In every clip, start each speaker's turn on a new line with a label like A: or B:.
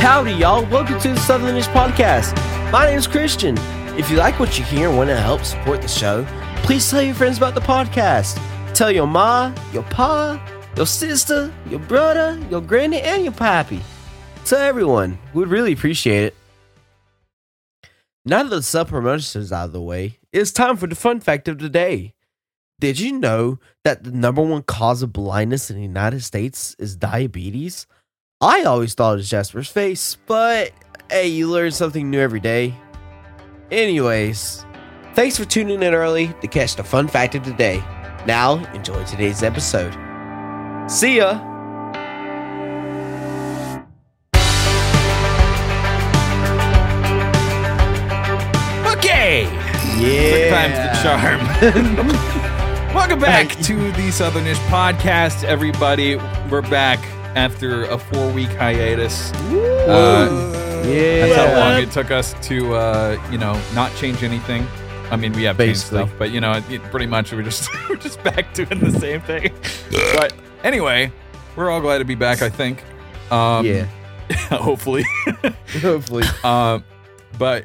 A: Howdy, y'all. Welcome to the Southernish Podcast. My name is Christian. If you like what you hear and want to help support the show, please tell your friends about the podcast. Tell your ma, your pa, your sister, your brother, your granny, and your pappy. Tell everyone. We'd really appreciate it. Now that the sub promotion is out of the way, it's time for the fun fact of the day. Did you know that the number one cause of blindness in the United States is diabetes? I always thought it was Jasper's face, but hey, you learn something new every day. Anyways, thanks for tuning in early to catch the fun fact of the day. Now, enjoy today's episode. See ya!
B: Okay. Third time's the charm. Welcome back to the Southernish Podcast, everybody. We're back after a four-week hiatus. Uh,
A: Yeah.
B: that's how long it took us to, uh, you know, not change anything. I mean, we have changed
A: Basically.
B: stuff, but you know, it, pretty much we're just we're just back doing the same thing. but anyway, we're all glad to be back. I think. Um,
A: yeah.
B: Hopefully.
A: Hopefully.
B: Uh, but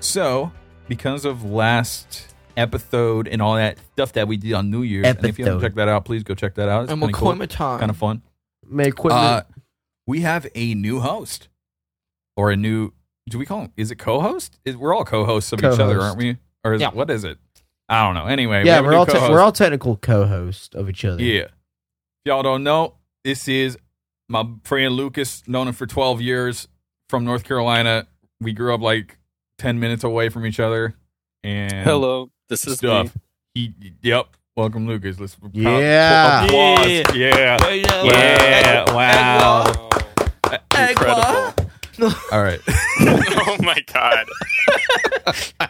B: so because of last episode and all that stuff that we did on New Year's, and if you haven't
A: Episode.
B: checked that out, please go check that out. It's
C: and we'll
B: kinda
C: call
B: cool,
C: him a time.
B: kind of fun.
A: May equipment.
B: Uh, we have a new host or a new. Do we call him? Is it co-host? Is, we're all co-hosts of each other,
A: Co-host.
B: aren't we? Or is,
C: Yeah.
B: what is it? I don't know. Anyway, we
A: yeah,
B: have a
A: we're
B: new
A: all, te-
B: co-host.
A: we're all technical co hosts of each other.
B: Yeah. If y'all don't know, this is my friend Lucas, known him for 12 years from North Carolina. We grew up like 10 minutes away from each other. And
D: Hello, this is
B: stuff.
D: me.
B: He, yep. Welcome, Lucas. Let's
A: Yeah.
B: applause. Yeah.
C: yeah.
B: Yeah. Wow.
D: Oh,
B: Incredible. All right.
D: oh my god.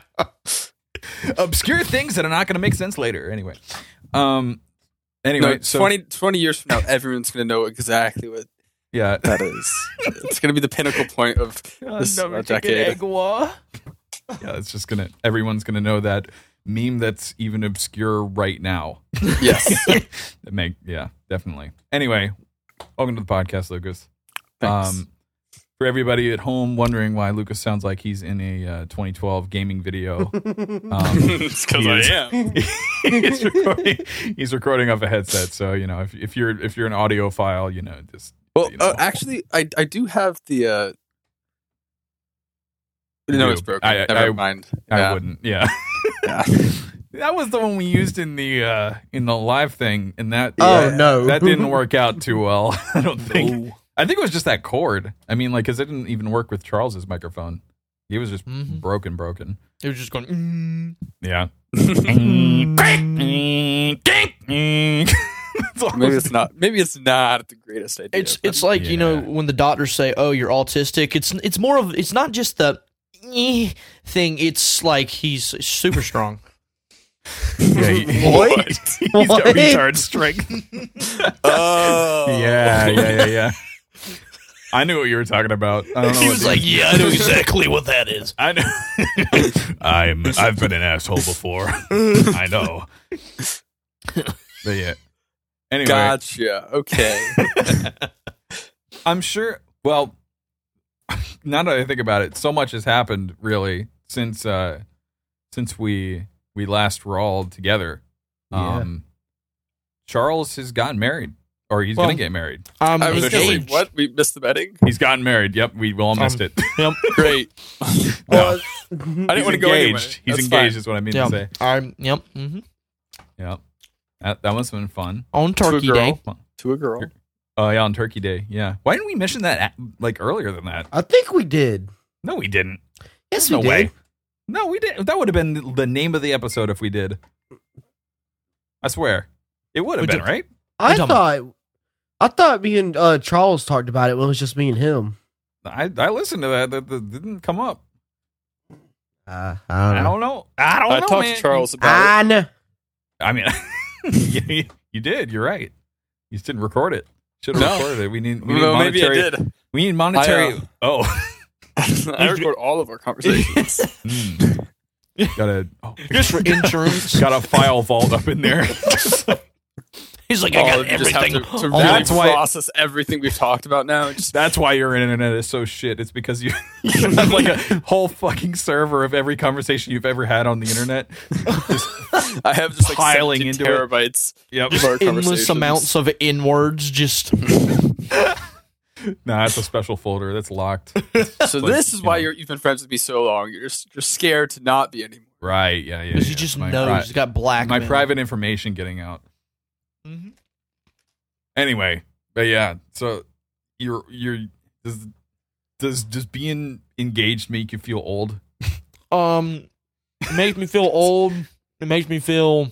B: Obscure things that are not going to make sense later. Anyway. Um. Anyway,
D: no,
B: so
D: 20, 20 years from now, everyone's going to know exactly what
B: yeah,
D: that is. it's going to be the pinnacle point of this uh, decade.
B: yeah, it's just gonna everyone's gonna know that meme that's even obscure right now.
D: Yes.
B: That make yeah, definitely. Anyway, welcome to the podcast, Lucas. Um,
D: Thanks.
B: for everybody at home wondering why Lucas sounds like he's in a uh, 2012 gaming video, um,
D: it's because
B: Yes.
D: I am.
B: he's recording. He's recording off a headset, so you know if, if you're if you're an audiophile, you know just
D: Well,
B: You know.
D: uh, actually, I, I do have the. Uh,
B: You
D: no,
B: do.
D: it's broken.
B: I- I-
D: Never
B: I-
D: mind.
B: I wouldn't. Yeah.
D: Yeah.
B: That was the one we used in the uh in the live thing, and that
A: Oh,
B: that-
A: no.
B: that didn't work out too well. I don't think. I think it was just that cord. I mean, like, because it didn't even work with Charles's microphone. He was just
C: Mhm.
B: broken, broken.
C: It was just going. Mm.
B: Yeah. That's all.
D: Maybe it's not. Maybe it's not the greatest idea.
C: It's it's like you know
B: Yeah.
C: when the doctors say, "Oh, you're autistic." It's it's more of it's not just the eh thing. It's like he's super strong.
B: Yeah, he-
A: What?
B: He's got
A: What?
B: retard strength.
D: oh
B: Yeah, yeah, yeah, yeah. I knew what you were talking about. I don't know. what-
C: "Yeah, I know exactly what that is."
B: I know. I'm. I've been an asshole before. I know. But yeah. Anyway,
D: Gotcha. Okay.
B: I'm sure. Well, now that I think about it, so much has happened really since uh since we we last were all together.
A: Yeah.
B: Um, Charles has gotten married, or he's
C: Well-
B: gonna get married.
C: I'm
D: I was gonna say,
C: engaged.
D: what? We missed the betting?
B: He's gotten married. Yep, we all missed it.
D: Great.
B: No,
D: I didn't
B: he's
D: want to go anyway.
B: engaged. He's
D: That's
B: engaged. Is what I mean
C: Yeah.
B: to say.
C: I'm yep. hmm
B: Yep. That, that one's been fun.
C: On
D: a
C: Turkey
D: girl.
C: Day.
B: Fun.
D: fine. To a girl.
B: Oh yeah, on Turkey Day. Yeah. Why didn't we mention that at- like earlier than that?
A: I think we did.
B: No, we didn't.
A: Yes,
B: no
A: we did.
B: way. No, we didn't. That would have been the name of the episode if we did. I swear, it would have
C: We
B: been
C: did-
B: right.
A: I
C: What you
A: thought, I thought me and uh, Charles talked about it when it was just me and him.
B: I I listened to that. That, that didn't come up.
A: Uh,
B: I don't know. I don't
D: I
B: know.
D: talked
B: man. Ah.
D: to Charles about
A: I know.
B: I mean, you, you did. You're right. You just didn't record it. Should have
D: No.
B: recorded it. We need.
D: it.
B: We need
D: Well, maybe I
B: monetary.
D: did.
B: We need monetary.
D: I, uh,
B: oh.
D: I record all of our conversations.
B: Mm. Gotta
C: Just for insurance.
B: got a file vault up in there.
C: He's like, I
D: Oh,
C: got
D: we just have
C: everything.
D: To, to
C: all
D: really
B: That's why-
D: process everything we've talked about now. Just
B: That's why your internet is so shit. It's because you, you have like a whole fucking server of every conversation you've ever had on the internet.
D: I have just like
B: Piling
D: piling
B: into
D: into
B: it.
D: terabytes.
B: Yep.
D: of our
C: endless
D: conversations.
C: amounts of in words. Just
B: Nah, that's a special folder. That's locked.
D: So
B: Like,
D: this is
B: you
D: why
B: know.
D: you're, you've been friends with me so long. You're just, you're scared to not be anymore.
B: Right. Yeah. Yeah. yeah.
C: because he just
B: My
C: knows
B: pri-
C: he's got black.
B: my private information getting out.
C: Mhm.
B: Anyway, but yeah. So you're you're does does just being engaged make you feel old?
C: Um, it makes me feel old. It makes me feel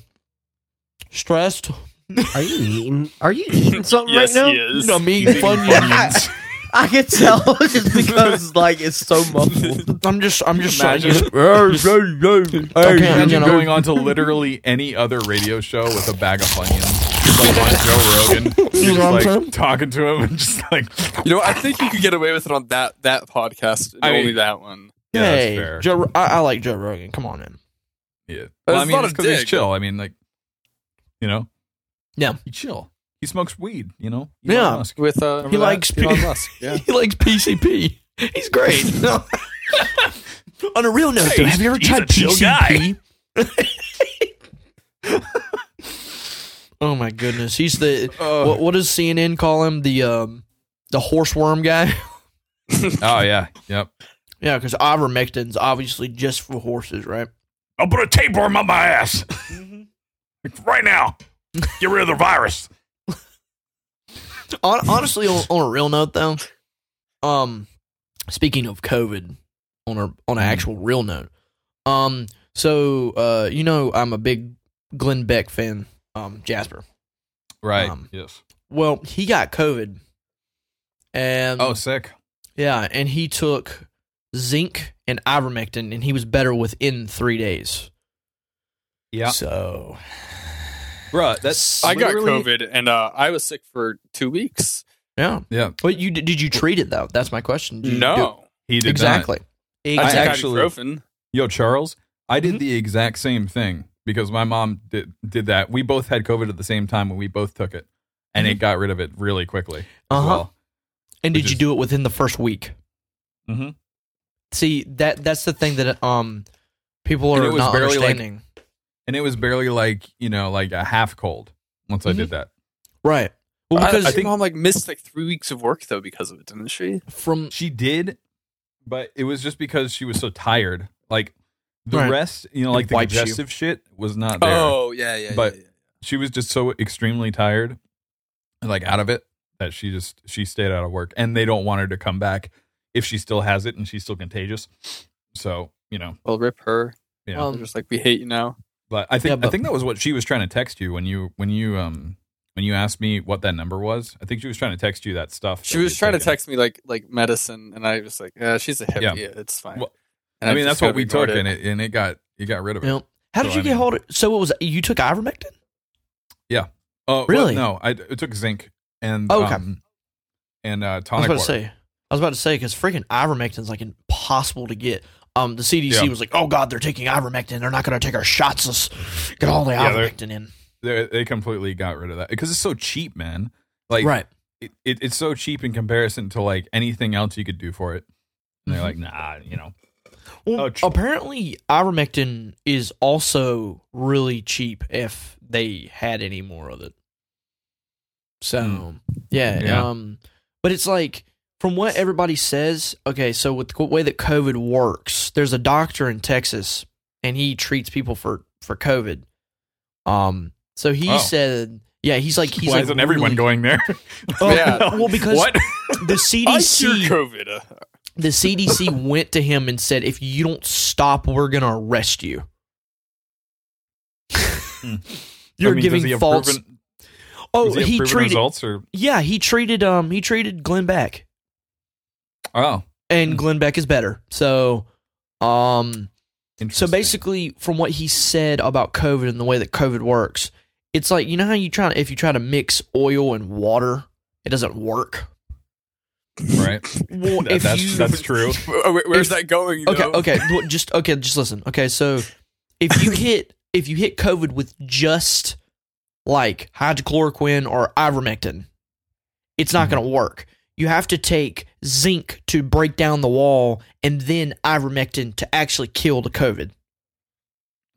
C: stressed.
A: Are you eating? Are you eating something right now?
D: is.
C: I'm eating
B: Eating
C: Funyuns.
B: Funyuns.
A: I can tell just because like it's so muffled.
C: I'm just, I'm just like,
B: Imagine-
C: Yeah,
B: Imagine
C: you know.
B: going on to literally any other radio show with a bag of funyuns. Like on Joe Rogan. You're
C: You know
B: just,
C: what I'm
B: like
C: saying?
B: talking to him and just like
D: You know, I think you could get away with it on that that podcast, and
B: I mean-
D: only that one.
B: Yeah, that's fair.
C: hey, Joe, I, I like Joe Rogan. Come on, man.
B: Yeah.
D: But
B: Well, I
D: it's
B: mean,
D: not
B: it's
D: a
B: because he's
D: dig.
B: chill. I mean, like, you know?
C: Yeah.
B: He chill. He smokes weed, you know?
C: Yeah.
B: Musk.
D: With uh,
C: He likes pe-
D: Elon Musk. Yeah.
C: He likes PCP. He's great. On a real note,
B: Hey,
C: though, have you ever
B: he's
C: tried
B: a chill
C: PCP? oh my goodness, he's the
B: Uh,
C: what, what does CNN call him? The um, the horseworm guy.
B: oh, yeah. Yep.
C: yeah, because ivermectin's obviously just for horses, right?
B: I'll put a tapeworm on my ass
D: Mm-hmm.
B: right now. Get rid of the virus.
C: Hon- honestly, on, on a real note, though, um, speaking of COVID, on a
B: Mm-hmm.
C: on an actual real note, um, so uh, you know, I'm a big Glenn Beck fan, um, Jasper.
B: Right.
C: Um,
B: yes.
C: Well, he got COVID, and
B: Oh, sick.
C: yeah, and he took zinc and ivermectin, and he was better within three days.
B: Yeah.
C: So
B: Bruh, that's.
D: I got
B: literally-
D: COVID, and uh, I was sick for two weeks.
C: yeah,
B: Yeah.
C: But you did you treat it though? That's my question. Did you-
D: No,
B: He did not.
C: exactly.
D: I
B: I
D: took
B: actually-
D: ibuprofen.
B: Yo, Charles, I
C: Mm-hmm.
B: did the exact same thing because my mom did, did that. We both had COVID at the same time when we both took it, and it got rid of it really quickly. as
C: Mm-hmm. Uh-huh.
B: well.
C: And did
B: Which
C: you
B: is-
C: do it within the first week?
B: Mhm.
C: See that that's the thing that um people
B: And
C: are
B: it was
C: not
B: barely, like-
C: understanding.
B: And it was barely like, you know, like a half cold once
C: Mm-hmm.
B: I did that.
C: right. Well,
D: I-
C: because
D: I, think mom like missed like three weeks of work though because of it, didn't she?
C: from
B: She did, but it was just because she was so tired. Like the
C: Right.
B: rest, you know,
C: It
B: like the
C: wipes you.
B: digestive shit was not there.
D: Oh yeah, yeah.
B: But-
D: yeah, yeah.
B: She was just so extremely tired and like out of it that she just she stayed out of work and they don't want her to come back if she still has it and she's still contagious. So, you know,
D: well, rip her.
B: yeah.
C: um,
D: They're just like we hate you now.
B: But I think
C: Yeah, but-
B: I think that was what she was trying to text you when you when you um when you asked me what that number was. I think she was trying to text you that stuff.
D: She
B: that we
D: was
B: had
D: trying to
B: taken.
D: text me like like medicine, and I was like, yeah, she's a hippie. It's fine.
B: Well,
D: And
B: I mean, that's
D: just kinda
B: what we took,
D: ignored
B: and it and it got it got rid of
C: you
B: it.
C: know, how
B: So,
C: did you
B: I
C: get
B: mean-
C: hold of so it was you took ivermectin?
B: Oh, well,
C: Really?
B: no, I, I took zinc and
C: Oh, okay.
B: um, and uh,
C: I was
B: tonic
C: about
B: water.
C: to say I was about to say because freaking ivermectin's like impossible to get. Um, the CDC
B: Yeah.
C: was like, "Oh God, they're taking ivermectin. They're not going to take our shots. Let's get all the
B: Yeah, they're-
C: ivermectin in."
B: They, they completely got rid of that because it's so cheap, man. Like,
C: right.
B: it, it, it's so cheap in comparison to like anything else you could do for it. And they're like,
C: Mm-hmm.
B: nah, you know,
C: Well,
B: Oh, ch-
C: apparently ivermectin is also really cheap if they had any more of it. So
B: Hmm.
C: yeah,
B: Yeah.
C: um, but it's like from what everybody says. Okay, so with the way that COVID works, there's a doctor in Texas, and he treats people for for COVID. Um, so he
B: Oh.
C: said, yeah, he's like he's
B: why
C: like
B: isn't everyone
C: really-
B: going there?
C: Oh,
D: Yeah.
C: Well, because
B: what?
C: the
D: I
C: CDC
D: cured COVID. Uh,
C: the CDC went to him and said, if you don't stop, we're going to arrest you.
B: Hmm.
C: You're
B: I mean, does
C: giving
B: he have
C: false.
B: proven-
C: oh,
B: does have
C: he,
B: proven
C: treated.
B: results or
C: Yeah, he treated. Um, he treated Glenn Beck,
B: oh,
C: and Glenn Beck is better. So, um, so
B: interesting.
C: basically, from what he said about COVID and the way that COVID works, it's like you know how you try if you try to mix oil and water, it doesn't work.
B: right?
C: Well,
B: That-
C: if
B: that's
C: you,
B: that's true.
D: wh- wh- Oh, Where's
C: If-
D: that going?
C: okay
D: though?
C: okay well, just okay just listen okay so if you hit if you hit covid with just like hydrochloroquine or ivermectin, it's not going to work. You have to take zinc to break down the wall and then ivermectin to actually kill the COVID.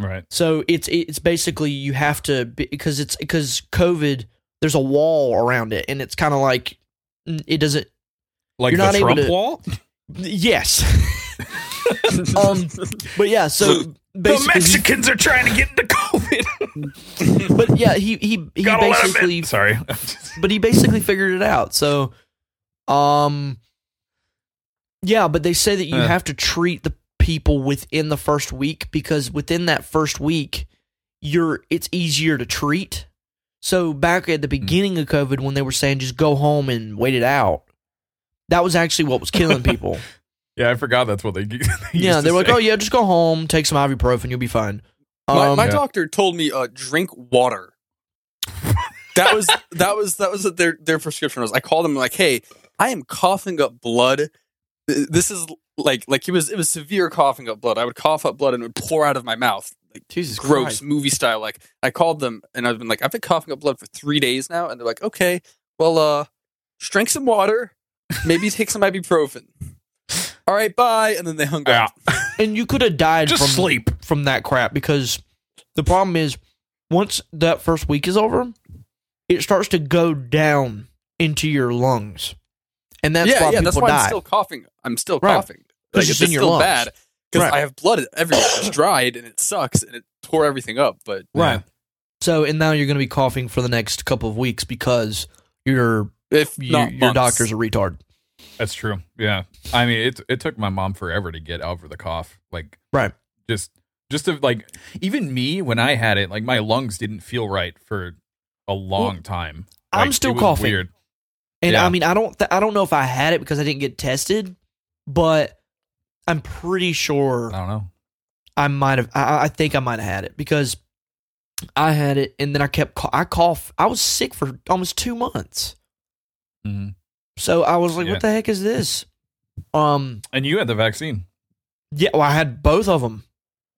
B: Right.
C: So it's it's basically you have to be- because it's because COVID there's a wall around it and it's kind of like mm, it doesn't
B: Like
C: You're
B: the
C: not able
B: Trump
C: to-
B: wall?
C: yes um but yeah so
B: The
C: basically
B: Mexicans are trying to get into COVID.
C: but yeah he he he
B: Gotta let 'em in.
C: basically
B: Sorry.
C: but he basically figured it out. So, um, yeah, but they say that you
B: Yeah.
C: have to treat the people within the first week because within that first week, you're it's easier to treat. So back at the beginning of COVID, when they were saying just go home and wait it out, that was actually what was killing people.
B: yeah, I forgot that's what they, they used
C: yeah,
B: to
C: they were like,
B: say.
C: oh yeah, just go home, take some ibuprofen, you'll be fine.
D: my
C: Um,
D: my
B: Yeah.
D: doctor told me uh, drink water. that was that was that was what their their prescription was. I called him like, hey, I am coughing up blood. Th- This is like like it was it was severe coughing up blood. I would cough up blood and it would pour out of my mouth. Like
C: Jesus
D: gross
C: Christ.
D: movie style. Like I called them and I've been like, I've been coughing up blood for three days now, and they're like, okay, well, uh, just drink some water, maybe take some ibuprofen. All right, bye. And then they hung
B: Yeah.
D: up.
C: and you could have died
B: Just
C: from
B: sleep.
C: from that crap because the problem is once that first week is over, it starts to go down into your lungs, and that's
D: yeah,
C: why
D: yeah.
C: people
D: That's why
C: die.
D: I'm still coughing. I'm still
C: Right.
D: coughing.
C: Because
D: Like,
C: it's
D: it's
C: in your
D: still
C: lungs.
D: bad because
C: Right.
D: I have blood everywhere. It's dried and it sucks and it tore everything up. But
C: right. So and now you're going to be coughing for the next couple of weeks because your
D: if
C: you,
D: not
C: your
D: months.
C: doctor's a retard.
B: That's true. Yeah. I mean, it it took my mom forever to get over the cough. Like
C: Right.
B: just just to like even me when I had it, like my lungs didn't feel right for a long time.
C: I'm
B: Like,
C: still
B: it was
C: coughing.
B: Weird.
C: And
B: Yeah.
C: I mean, I don't, th- I don't know if I had it because I didn't get tested, but I'm pretty sure
B: I don't know.
C: I might have. I, I think I might have had it because I had it, and then I kept. cou- I cough. I was sick for almost two months,
B: Mhm.
C: so I was like,
B: Yeah.
C: "What the heck is this?" Um.
B: And you had the vaccine.
C: Yeah. Well, I had both of them.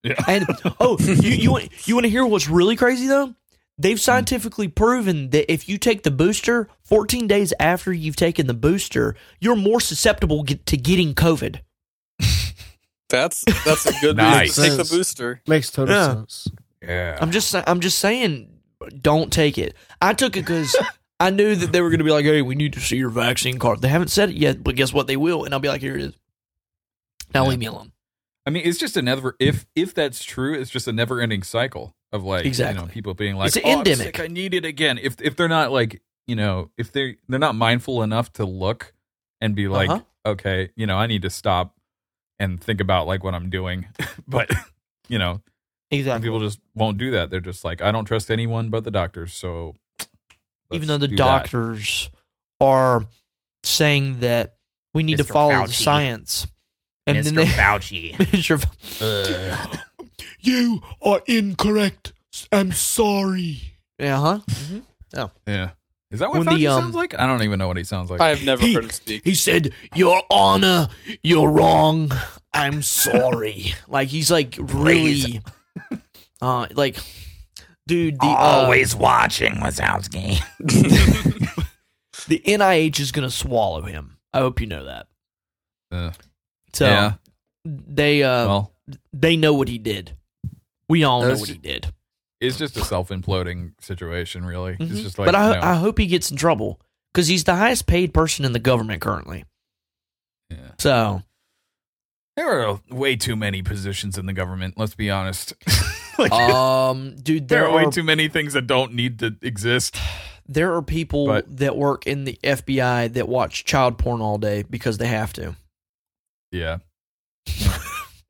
B: Yeah.
C: And oh, you you want you want to hear what's really crazy though? They've
B: Hmm.
C: scientifically proven that if you take the booster 14 days after you've taken the booster, you're more susceptible get, to getting COVID.
D: That's that's a good
B: Nice.
D: reason to take
A: Sense.
D: the booster.
A: Makes total
C: Yeah.
A: sense.
B: Yeah.
C: I'm just sa- I'm just saying, don't take it. I took it because I knew that they were going to be like, "Hey, we need to see your vaccine card." They haven't said it yet, but guess what? They will, and I'll be like, "Here it is." Now
B: Yeah.
C: leave me alone.
B: I mean, it's just a never if if that's true, it's just a never ending cycle of like you
C: Exactly.
B: know, people being like
C: It's an
B: oh, I'm
C: endemic.
B: sick, i need it again. If if they're not like you know if they they're not mindful enough to look and be like
C: Uh-huh.
B: okay you know I need to stop and think about like what I'm doing, but you know some
C: Exactly.
B: people just won't do that. They're just like I don't trust anyone but the doctors. So let's
C: Even though the
B: do that.
C: doctors are saying that we need to
E: Mr.
C: follow the
E: Fauci.
C: science, and
E: Mr.
C: then they
E: Fauci.
C: Mr. Fau-
B: Ugh.
C: you are incorrect. I'm sorry. Yeah, huh?
B: yeah is that what
C: When
B: Fauci
C: the, um,
B: sounds like? I don't even know what he sounds like.
D: I have never
C: He-
D: heard him speak.
C: He said, "Your Honor, you're wrong. I'm sorry." like he's like really, uh, like, dude. The uh,
E: Always watching Wazowski.
C: the NIH is gonna swallow him. I hope you know that.
B: Uh,
C: So
B: yeah,
C: they uh
B: well,
C: they know what he did. We all know
B: That's
C: what he
B: ju-
C: did.
B: it's just a self imploding situation, really. It's
C: Mhm.
B: just like,
C: but I
B: no.
C: I hope he gets in trouble because he's the highest paid person in the government currently.
B: Yeah.
C: So
B: There are way too many positions in the government. Let's be honest. like,
C: um, dude,
B: there
C: there,
B: are way
C: are
B: too many things that don't need to exist.
C: there are people
B: But-
C: that work in the FBI that watch child porn all day because they have to.
B: Yeah.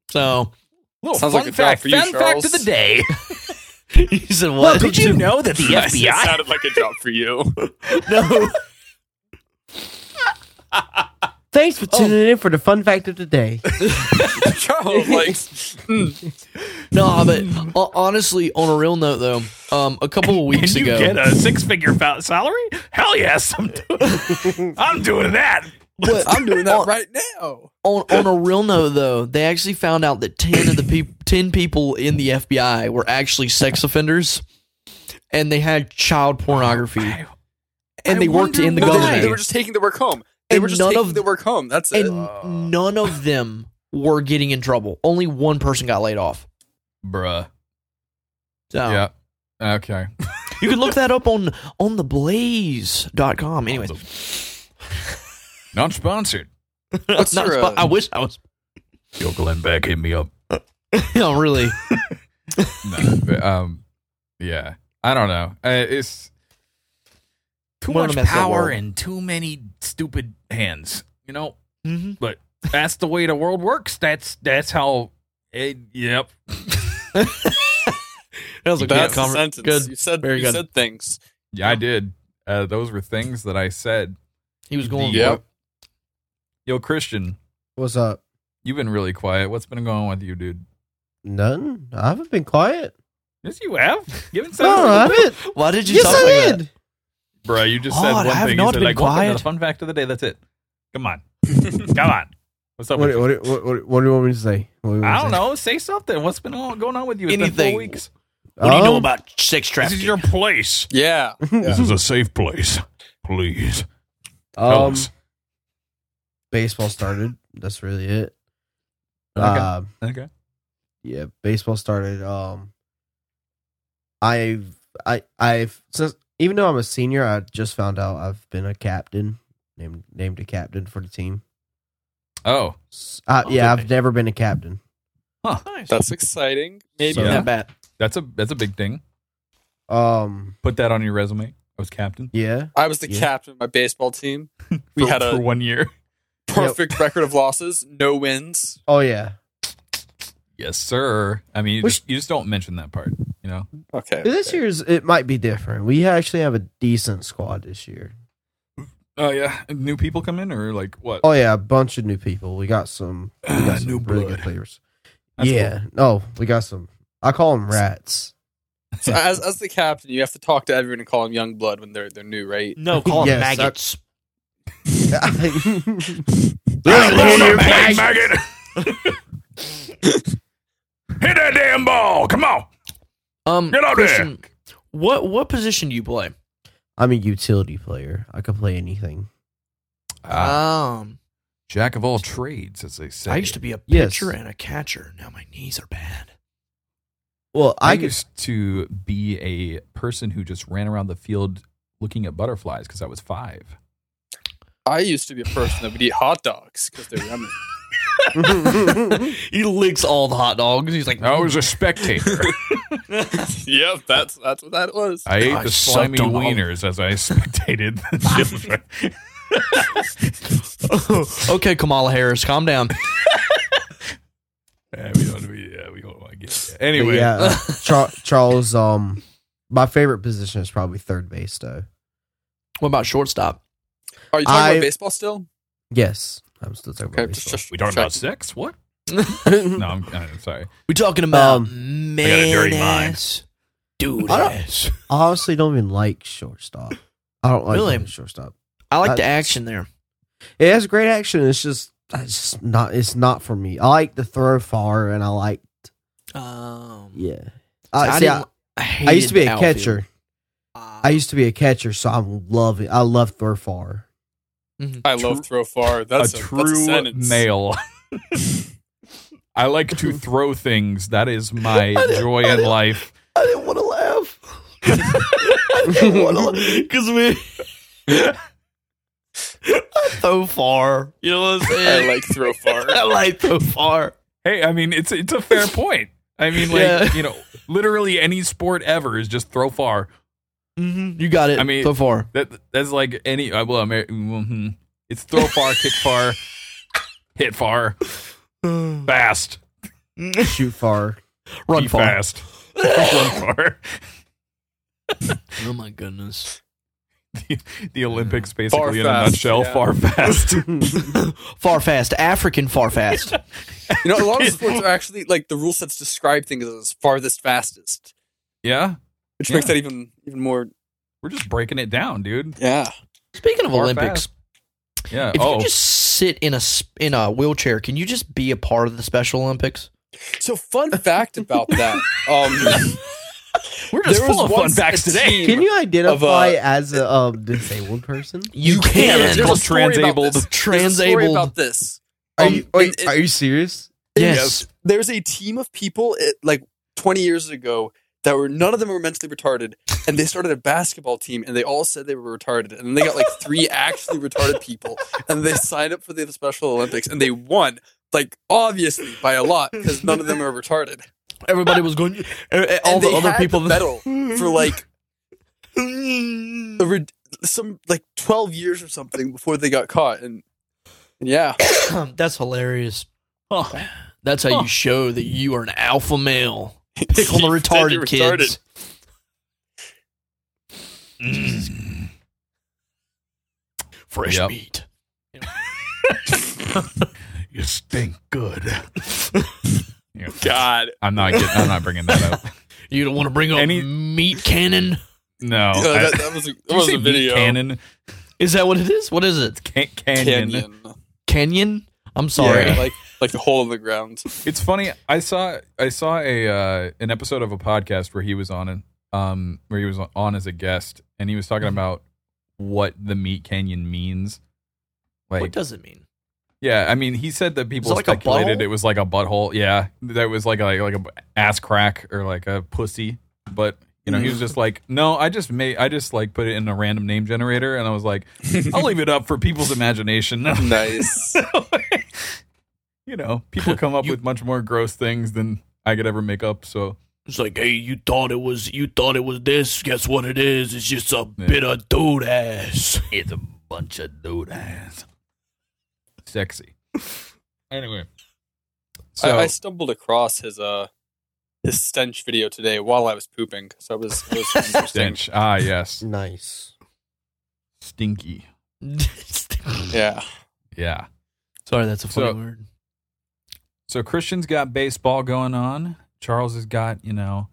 C: So
B: Little
D: Sounds
B: fun
D: like a job
B: fact.
D: for you,
B: fun fact of
D: Charles.
B: the day.
C: he said, "What
E: Did you know that the
D: It
E: FBI?
D: sounded like a job for you.
C: know?"
A: Thanks for tuning in for the fun fact of the day.
D: Charles Oh, like
C: no, but uh, honestly, on a real note, though, um, a couple of weeks
E: Did you
C: ago,
E: get a six-figure fa- salary? Hell yes, I'm doing, I'm doing that.
C: But
D: I'm doing that right now.
C: on on a real note, though, they actually found out that ten of the peop ten people in the FBI were actually sex offenders, and they had child pornography,
B: I-
C: and
B: I
C: they worked
B: wonder
C: in the
D: No, they,
C: government,
D: they were just taking the work home. They
C: And
D: were just
C: none
D: taking
C: of-
D: the work home. That's it.
C: and none of them were getting in trouble. Only one person got laid off.
B: bruh.
C: So
B: Yeah. Okay.
C: you can look that up on on theblaze.com. Anyways,
B: Not sponsored.
D: What's
C: Not
D: your,
C: spo- I
D: uh,
C: wish I was.
B: Yo, Glenn Beck, hit me up.
C: No, Oh, really.
B: No, but, um, yeah. I don't know. Uh, it's too
C: Wanna
B: much
C: mess up
B: power
C: world.
B: and too many stupid hands. You know,
C: hmm
B: that's the way the world works. That's that's how. It, yep.
C: That was a good
D: that's the
C: conver-
D: sentence.
C: Good.
D: You said
C: Very
D: you
C: good.
D: said things.
B: Yeah, I did. Uh, those were things that I said.
C: He was going.
D: Yep.
B: Yo, Christian,
A: What's up?
B: you've been really quiet. What's been going on with you, dude?
A: None. I haven't been quiet.
B: Yes, you have. Given
A: No, I haven't.
C: Why did you
A: yes,
C: talk
A: I
C: like that?
A: did.
B: Bro, you just
C: God,
B: said
C: Oh, I
B: one
C: have
B: thing.
C: not
B: You said,
C: been
B: like, welcome to
C: quiet.
B: the fun fact of the day. That's it. Come on. Come on. What's up? with
A: What,
B: you?
A: what, what, what, what do you want me to say? What do you want me to
B: I don't
A: say?
B: know. Say something. What's been all- going on with you? It's been four
C: Anything.
B: weeks.
E: What do you know
A: Um,
E: about sex This trafficking? is your place.
D: Yeah.
B: This is a safe place. Please.
A: Um, baseball started. That's really it.
B: Okay.
A: Um,
B: Okay.
A: yeah baseball started um i've i i've since even though i'm a senior i just found out i've been a captain named named a captain for the team
B: Oh.
A: S- uh, yeah
C: Okay.
A: i've never been a captain
B: Huh.
D: That's exciting. Maybe
A: So-
C: Not
B: Yeah.
C: bad.
B: That's a that's a big thing.
A: um
B: Put that on your resume. I was captain
A: yeah
D: I was the
A: Yeah.
D: captain of my baseball team.
B: for,
D: We had
B: for
D: a
B: one year.
D: perfect record of losses, no wins.
A: oh yeah
B: Yes, sir. I mean, you,
A: Which-
B: just, you just don't mention that part. You know.
D: Okay.
A: this year's it might be different we actually have a decent squad this year
B: Oh yeah. New people come in or like what?
A: oh yeah a bunch of new people we got some, we got some
B: New
A: really
B: blood.
A: good players
B: That's
A: yeah no we got some i call them rats
D: So as, as the captain, you have to talk to everyone and call them young blood when they're they're new, right?
C: No, call them
A: Yes, I-
C: maggots.
E: Blown
A: Here,
E: up bag, maggot. Hit that damn ball. Come on.
C: Um,
E: Get out there.
C: Christian, What what position do you play?
A: I'm a utility player. I can play anything.
B: Ah,
C: um,
B: jack of all trades, as they say.
C: I used to be a
A: Yes.
C: pitcher and a catcher. Now my knees are bad.
A: Well,
B: I,
A: I, could.
B: used to be a person who just ran around the field looking at butterflies because I was five.
D: I used to be a person that would eat hot dogs because they're yummy.
C: He licks all the hot dogs. He's like,
B: I was a spectator.
D: yep, that's that's what that was.
B: I ate
C: I
B: the
C: sucked
B: slimy
C: on all-
B: wieners as I spectated the children.
C: okay, Kamala Harris, calm down.
B: yeah, we don't, we, yeah, we don't want to get there.
A: but
B: Anyway,
A: yeah, uh, Char- Charles. Um, my favorite position is probably third base, though.
C: What about shortstop?
D: Are you talking
A: I-
D: about baseball still?
A: Yes, I'm still talking
D: Okay,
A: about
D: just,
A: baseball.
D: just
B: we talking
D: check.
B: about sex? What?
A: I
B: No, I'm, I'm sorry.
C: We talking about
B: I got a dirty mind.
C: ass, dude
A: I don't-
C: ass.
A: honestly don't even like shortstop. I don't like
C: Really?
A: playing shortstop.
C: I like
A: I-
C: the action there.
A: It has great action. It's just, it's just not. It's not for me. I like to throw far, and I like
C: Um,
A: yeah. I, see, I,
C: didn't- I,
A: I used to be
C: hated
A: a
C: outfield.
A: catcher.
C: Uh,
A: I used to be a catcher, so I love it. I love throw far.
D: I love throw far. That's
B: a
D: a,
B: true
D: that's a sentence.
B: male. I like to throw things. That is my joy in life.
C: I didn't want to laugh. I didn't want to because we so far. You know what I'm
D: I
C: saying?
D: like throw far.
C: I like so far.
B: Hey, I mean, it's it's a fair point. I mean, like
C: Yeah.
B: you know, literally any sport ever is just throw far.
C: You got it.
B: I mean-
C: so far.
B: That that's like any. Uh, well, Amer- mhm. it's throw far, kick far, hit far, fast,
A: Shoot far.
C: Run
B: be
C: far.
B: fast, run far.
C: Oh my goodness.
B: The Olympics, basically in a
D: Mm. fast,
B: nutshell,
D: yeah.
B: far fast.
C: Far fast. African far fast.
D: You know, a lot of sports are actually like the rule sets describe things as farthest, fastest,
B: yeah,
D: which
B: Yeah.
D: makes that even even more.
B: we're just breaking it down, dude.
D: Yeah,
C: Speaking of
B: Far
C: Olympics,
B: fast. Yeah.
C: if
B: oh,
C: you just sit in a s- in a wheelchair, can you just be a part of the Special Olympics?
D: So fun fact about that. Um
E: We're just full
D: There was
E: of fun
D: once a
E: facts today.
D: team-
A: Can you identify
D: Of, uh,
A: as a um, disabled person?
C: You,
D: can.
C: can.
D: There's a
B: called
D: story
B: transabled.
D: about this. There's a story about this.
A: Are
D: Um,
A: you are, you-
D: it- it-
A: are you serious?
C: Yes.
D: There's a team of people it, like 20 years ago that were none of them were mentally retarded, and they started a basketball team, and they all said they were retarded, and then they got like three actually retarded people, and they signed up for the Special Olympics, and they won. Like obviously by a lot because none of them are retarded.
C: Everybody was going. eh, All
D: And
C: the
D: they
C: other
D: had
C: people.
D: the medal for like a rid- some like twelve years or something before they got caught, and, and yeah,
C: That's hilarious.
E: Huh.
C: That's how
E: Huh.
C: you show that you are an alpha male. Pick on the
D: You said you're
C: retarded kids.
D: Mm.
C: Fresh
B: Yep.
C: meat.
E: You stink good.
B: Yeah.
D: God,
B: I'm not getting, I'm not bringing that up.
C: You don't want to bring up
B: Any-
C: meat cannon.
B: No.
D: Uh,
B: I-
D: that, that was a, that
B: Did
D: was
B: you say
D: a
B: meat
D: video.
B: Cannon.
C: Is that what it is? What is it?
B: Can- canyon.
C: Canyon? I'm sorry.
D: Yeah, like like the hole in the ground.
B: It's funny. I saw I saw a uh, an episode of a podcast where he was on and um where he was on as a guest, and he was
C: Mm-hmm.
B: talking about what the meat canyon means.
C: what
B: Like,
C: does it mean?
B: yeah, I mean, he said that people
C: Is it like a
B: speculated
C: butthole?
B: it was like a butthole. Yeah, that was like a, like a ass crack or like a pussy. But you know, he was just like, no, I just made I just like put it in a random name generator, and I was like, I'll leave it up for people's imagination.
D: Nice.
B: you know, people come up
C: You-
B: with much more gross things than I could ever make up. So
E: It's like, hey, you thought it was you thought it was this. Guess what it is? It's just a
B: Yeah.
E: bit of dude ass. It's a bunch of dude ass.
B: sexy. anyway,
D: I,
B: so
D: I stumbled across his uh his stench video today while I was pooping, so it was, it was interesting.
B: stench. Ah, yes,
A: Nice.
B: stinky.
D: yeah,
B: Yeah.
C: sorry, that's a funny
B: So-
C: word.
B: So Christian's got baseball going on. Charles has got you know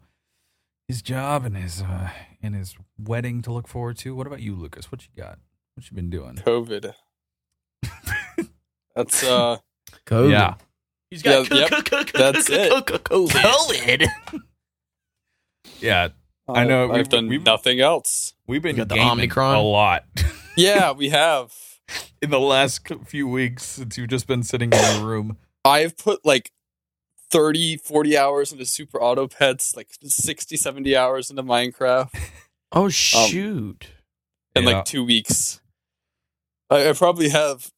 B: his job and his uh and his wedding to look forward to. What about you, Lucas? What you got? What you been doing?
D: COVID. That's uh
A: COVID.
B: Yeah.
C: He's
D: got Yeah, c- that's c- it.
C: COVID.
B: Yeah, I know,
D: I've
B: we've-
D: done
B: we've-
D: nothing else.
B: we've been
C: You got the
B: gaming
C: Omicron?
B: a lot
D: Yeah, we have.
B: in the last few weeks since you've just been sitting in your room.
D: I've put like 30 40 hours into super auto pets like 60 70 hours into minecraft
B: um,
C: Oh shoot.
D: in
B: Yeah.
D: like two weeks. I, I probably have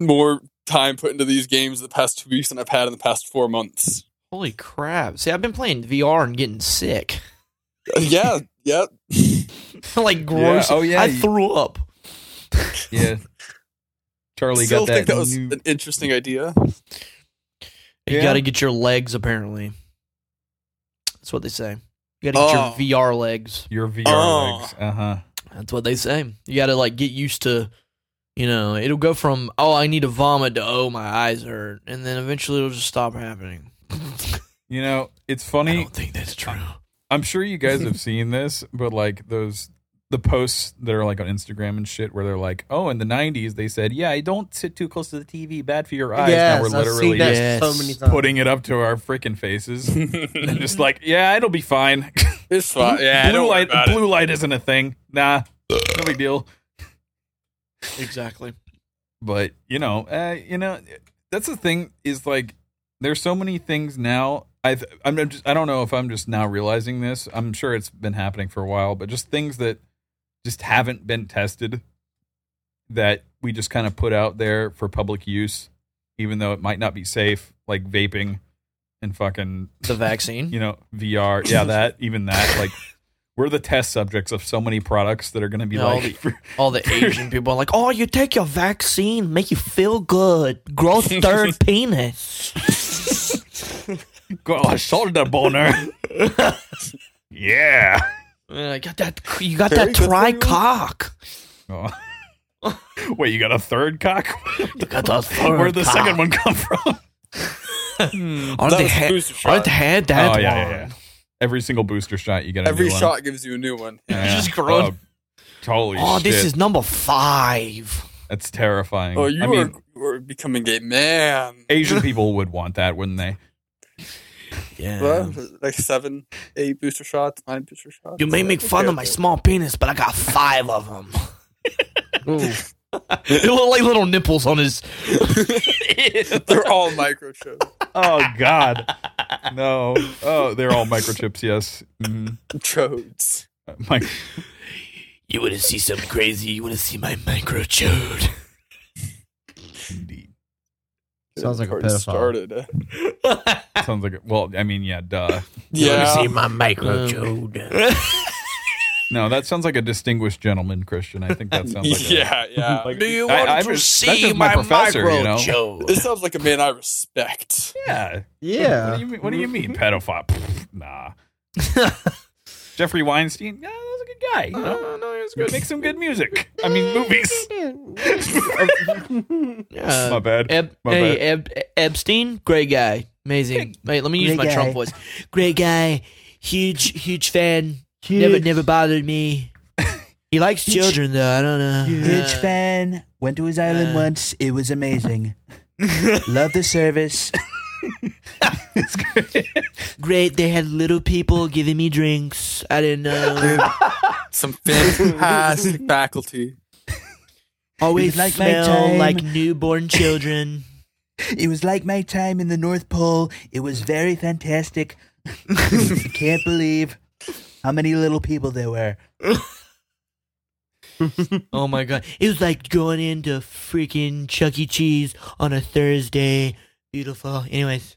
D: more time put into these games the past two weeks than I've had in the past four months.
C: Holy crap. See, I've been playing VR and getting sick.
D: Uh, yeah, yeah.
C: like gross.
B: Oh, yeah,
C: I
B: you-
C: threw up.
B: Yeah. Charlie
D: Still
B: got that.
D: think that was
B: new-
D: an interesting idea.
C: You
B: Yeah.
C: got to get your legs apparently. That's what they say. You got to
D: Oh.
C: get your VR legs.
B: your VR
D: Oh.
B: legs. Uh huh.
C: That's what they say. You got to like get used to, you know, it'll go from oh I need to vomit to oh my eyes hurt, and then eventually it'll just stop happening.
B: You know, it's
C: I
B: funny.
C: don't think that's true.
B: I'm sure you guys have seen this, but like those the posts that are like on Instagram and shit, where they're like, "Oh, in the '90s they said, yeah, don't sit too close to the TV, bad for your eyes." now
A: Yes,
B: we're
A: I've
B: literally
A: seen that
C: Yes.
A: so many times.
B: putting it up to our freaking faces and
D: it's
B: just like, "Yeah, it'll be fine."
D: fine. Yeah,
B: blue
D: don't worry
B: light,
D: about it.
B: blue light isn't a thing. Nah, no big deal.
C: Exactly.
B: but you know, uh, you know, that's the thing is like there's so many things now. I th- I'm I'm just I don't know if I'm just now realizing this. I'm sure it's been happening for a while, but just things that just haven't been tested that we just kind of put out there for public use, even though it might not be safe, like vaping and fucking
C: The vaccine.
B: you know VR. Yeah, that even that like. We're the test subjects of so many products that are going to be
C: No,
B: like
C: All the Asian people are like, "Oh, you take your vaccine, make you feel good, grow third penis."
B: got a shoulder boner. yeah.
C: Uh, you got that. You got
D: Very
C: that
D: good for
C: tri
D: you.
C: cock.
B: Oh. Wait, you got a third cock?
C: got that third
B: Where'd the
C: cock.
B: second one come from?
C: Aren't
D: That
C: they
D: was a
C: ha-
D: booster
C: aren't
D: shot.
C: they had that
B: oh yeah, yeah,
C: one?
B: yeah. Every single booster shot you get a
D: Every
B: new one.
D: shot gives you a new one.
B: Yeah.
C: just grow-
B: Oh, Holy
C: Oh,
B: shit.
C: this is number five.
B: That's terrifying.
D: Oh, you
B: I
D: are,
B: mean,
D: you are becoming a man.
B: Asian people would want that, wouldn't they?
C: Yeah.
D: Well, like seven, eight booster shots, nine booster shots.
C: you may make fun of my small penis, but I got five of them. it looked like little nipples on his.
D: They're all microchips.
B: Oh God, no! Oh, they're all microchips. Yes, Mhm.
D: Chodes.
B: Uh, mic-
C: You want to see something crazy? You want to see my microchode?
B: indeed.
A: Sounds like a
D: Already
A: pedophile.
D: Started.
B: Sounds like a, well, I mean, yeah, duh.
D: Yeah.
C: my um, microchode?
B: No, that sounds like a distinguished gentleman, Christian. I think that sounds like a-
D: Yeah, yeah.
B: Like-
C: Do you
B: I-
C: want
B: I
C: to
B: was- that's
C: see
B: just my
C: my,
B: professor, you know?
C: microchode?
D: this sounds like a man I respect.
B: yeah. What do
A: Yeah.
B: you mean, what do you mean pedophile? Pfft, nah. Jeffrey Weinstein. Yeah, that was a good guy. You know, make some good music. I mean, movies.
C: Yeah.
B: My bad.
C: Ep-
B: My
C: hey, Ep- Epstein, great guy, amazing. Wait, let me use
A: Great
C: my
A: guy.
C: Trump voice. Great guy, huge, huge fan. Never, never bothered me. He likes children though. I don't know.
F: Huge
C: Uh,
F: fan. Went to his island
C: uh.
F: once. It was amazing. Love the service.
C: Great, they had little people giving me drinks. I didn't know.
D: Some fantastic faculty.
C: Always
F: Like my
C: smell
F: time.
C: like newborn children.
F: It was like my time in the North Pole. It was very fantastic. I can't believe how many little people there were.
C: oh my god, it was like going into freaking Chuck E. Cheese on a Thursday. Beautiful. Anyways,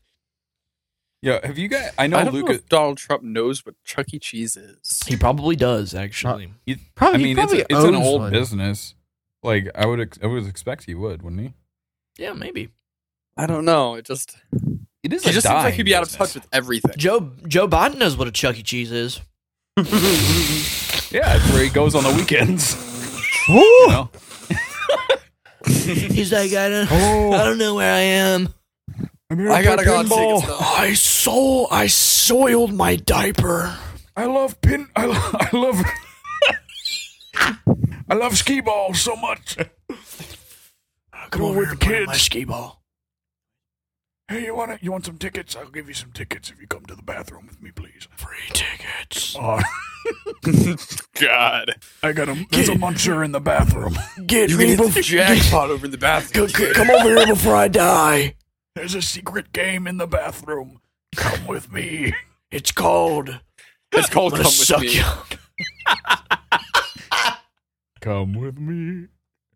B: Yeah, have you guys? I know
D: I don't know
B: Lucas.
D: if Donald Trump knows what Chuck E. Cheese is.
C: he probably does actually.
B: I
A: Probably, he
B: mean, it's,
A: probably
B: a, it's an
A: owns
B: old
A: one.
B: business. Like I would, ex- I would expect he would, wouldn't he?
C: yeah, maybe.
D: I don't know. It just
B: It is.
D: he
B: a
D: just seems like
B: dying
D: he'd be out of
B: business.
D: touch with everything.
C: Joe Joe Biden knows what a Chuck E. Cheese is.
B: Yeah, it's where he goes on the weekends. You know?
C: He's like, I don't, I don't know where I am.
D: I gotta go and take his stuff.
C: I so I soiled my diaper.
B: I love pin. I, lo- I love. I love skee ball so much.
C: Come
B: over and play my
C: ski ball.
B: Hey, you want you want some tickets? I'll give you some tickets if you come to the bathroom with me, please.
C: Free tickets.
B: Oh,
D: God,
B: I got a there's a muncher in the bathroom.
C: Get
D: you can hit the jackpot over in the bathroom.
C: Come over here before I die.
B: There's a secret game in the bathroom. Come with me.
C: It's cold.
D: It's called "Come with Me."
B: Come with me.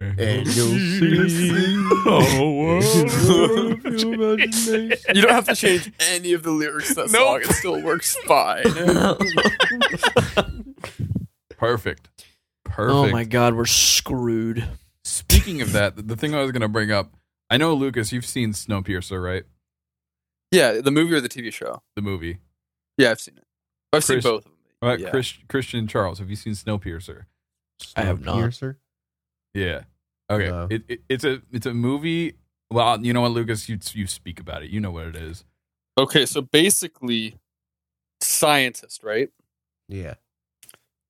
A: And you'll see.
B: Oh,
D: You don't have to change any of the lyrics to that song. It still works fine.
B: Perfect. Perfect.
C: Oh my god, we're screwed.
B: Speaking of that, the thing I was going to bring up, I know Lucas, you've seen Snowpiercer, right?
D: yeah, the movie or the TV show?
B: The movie.
D: Yeah, I've seen it.
B: Chris-
D: I've seen both of them.
B: What about
D: Yeah.
B: Chris, Christian Charles? Have you seen Snowpiercer?
C: I have not.
A: Snowpiercer?
B: Yeah. Okay.
A: No.
B: It, it, it's a it's a movie. Well, you know what, Lucas, you you speak about it. You know what it is.
D: Okay, so basically, scientist, right?
A: Yeah.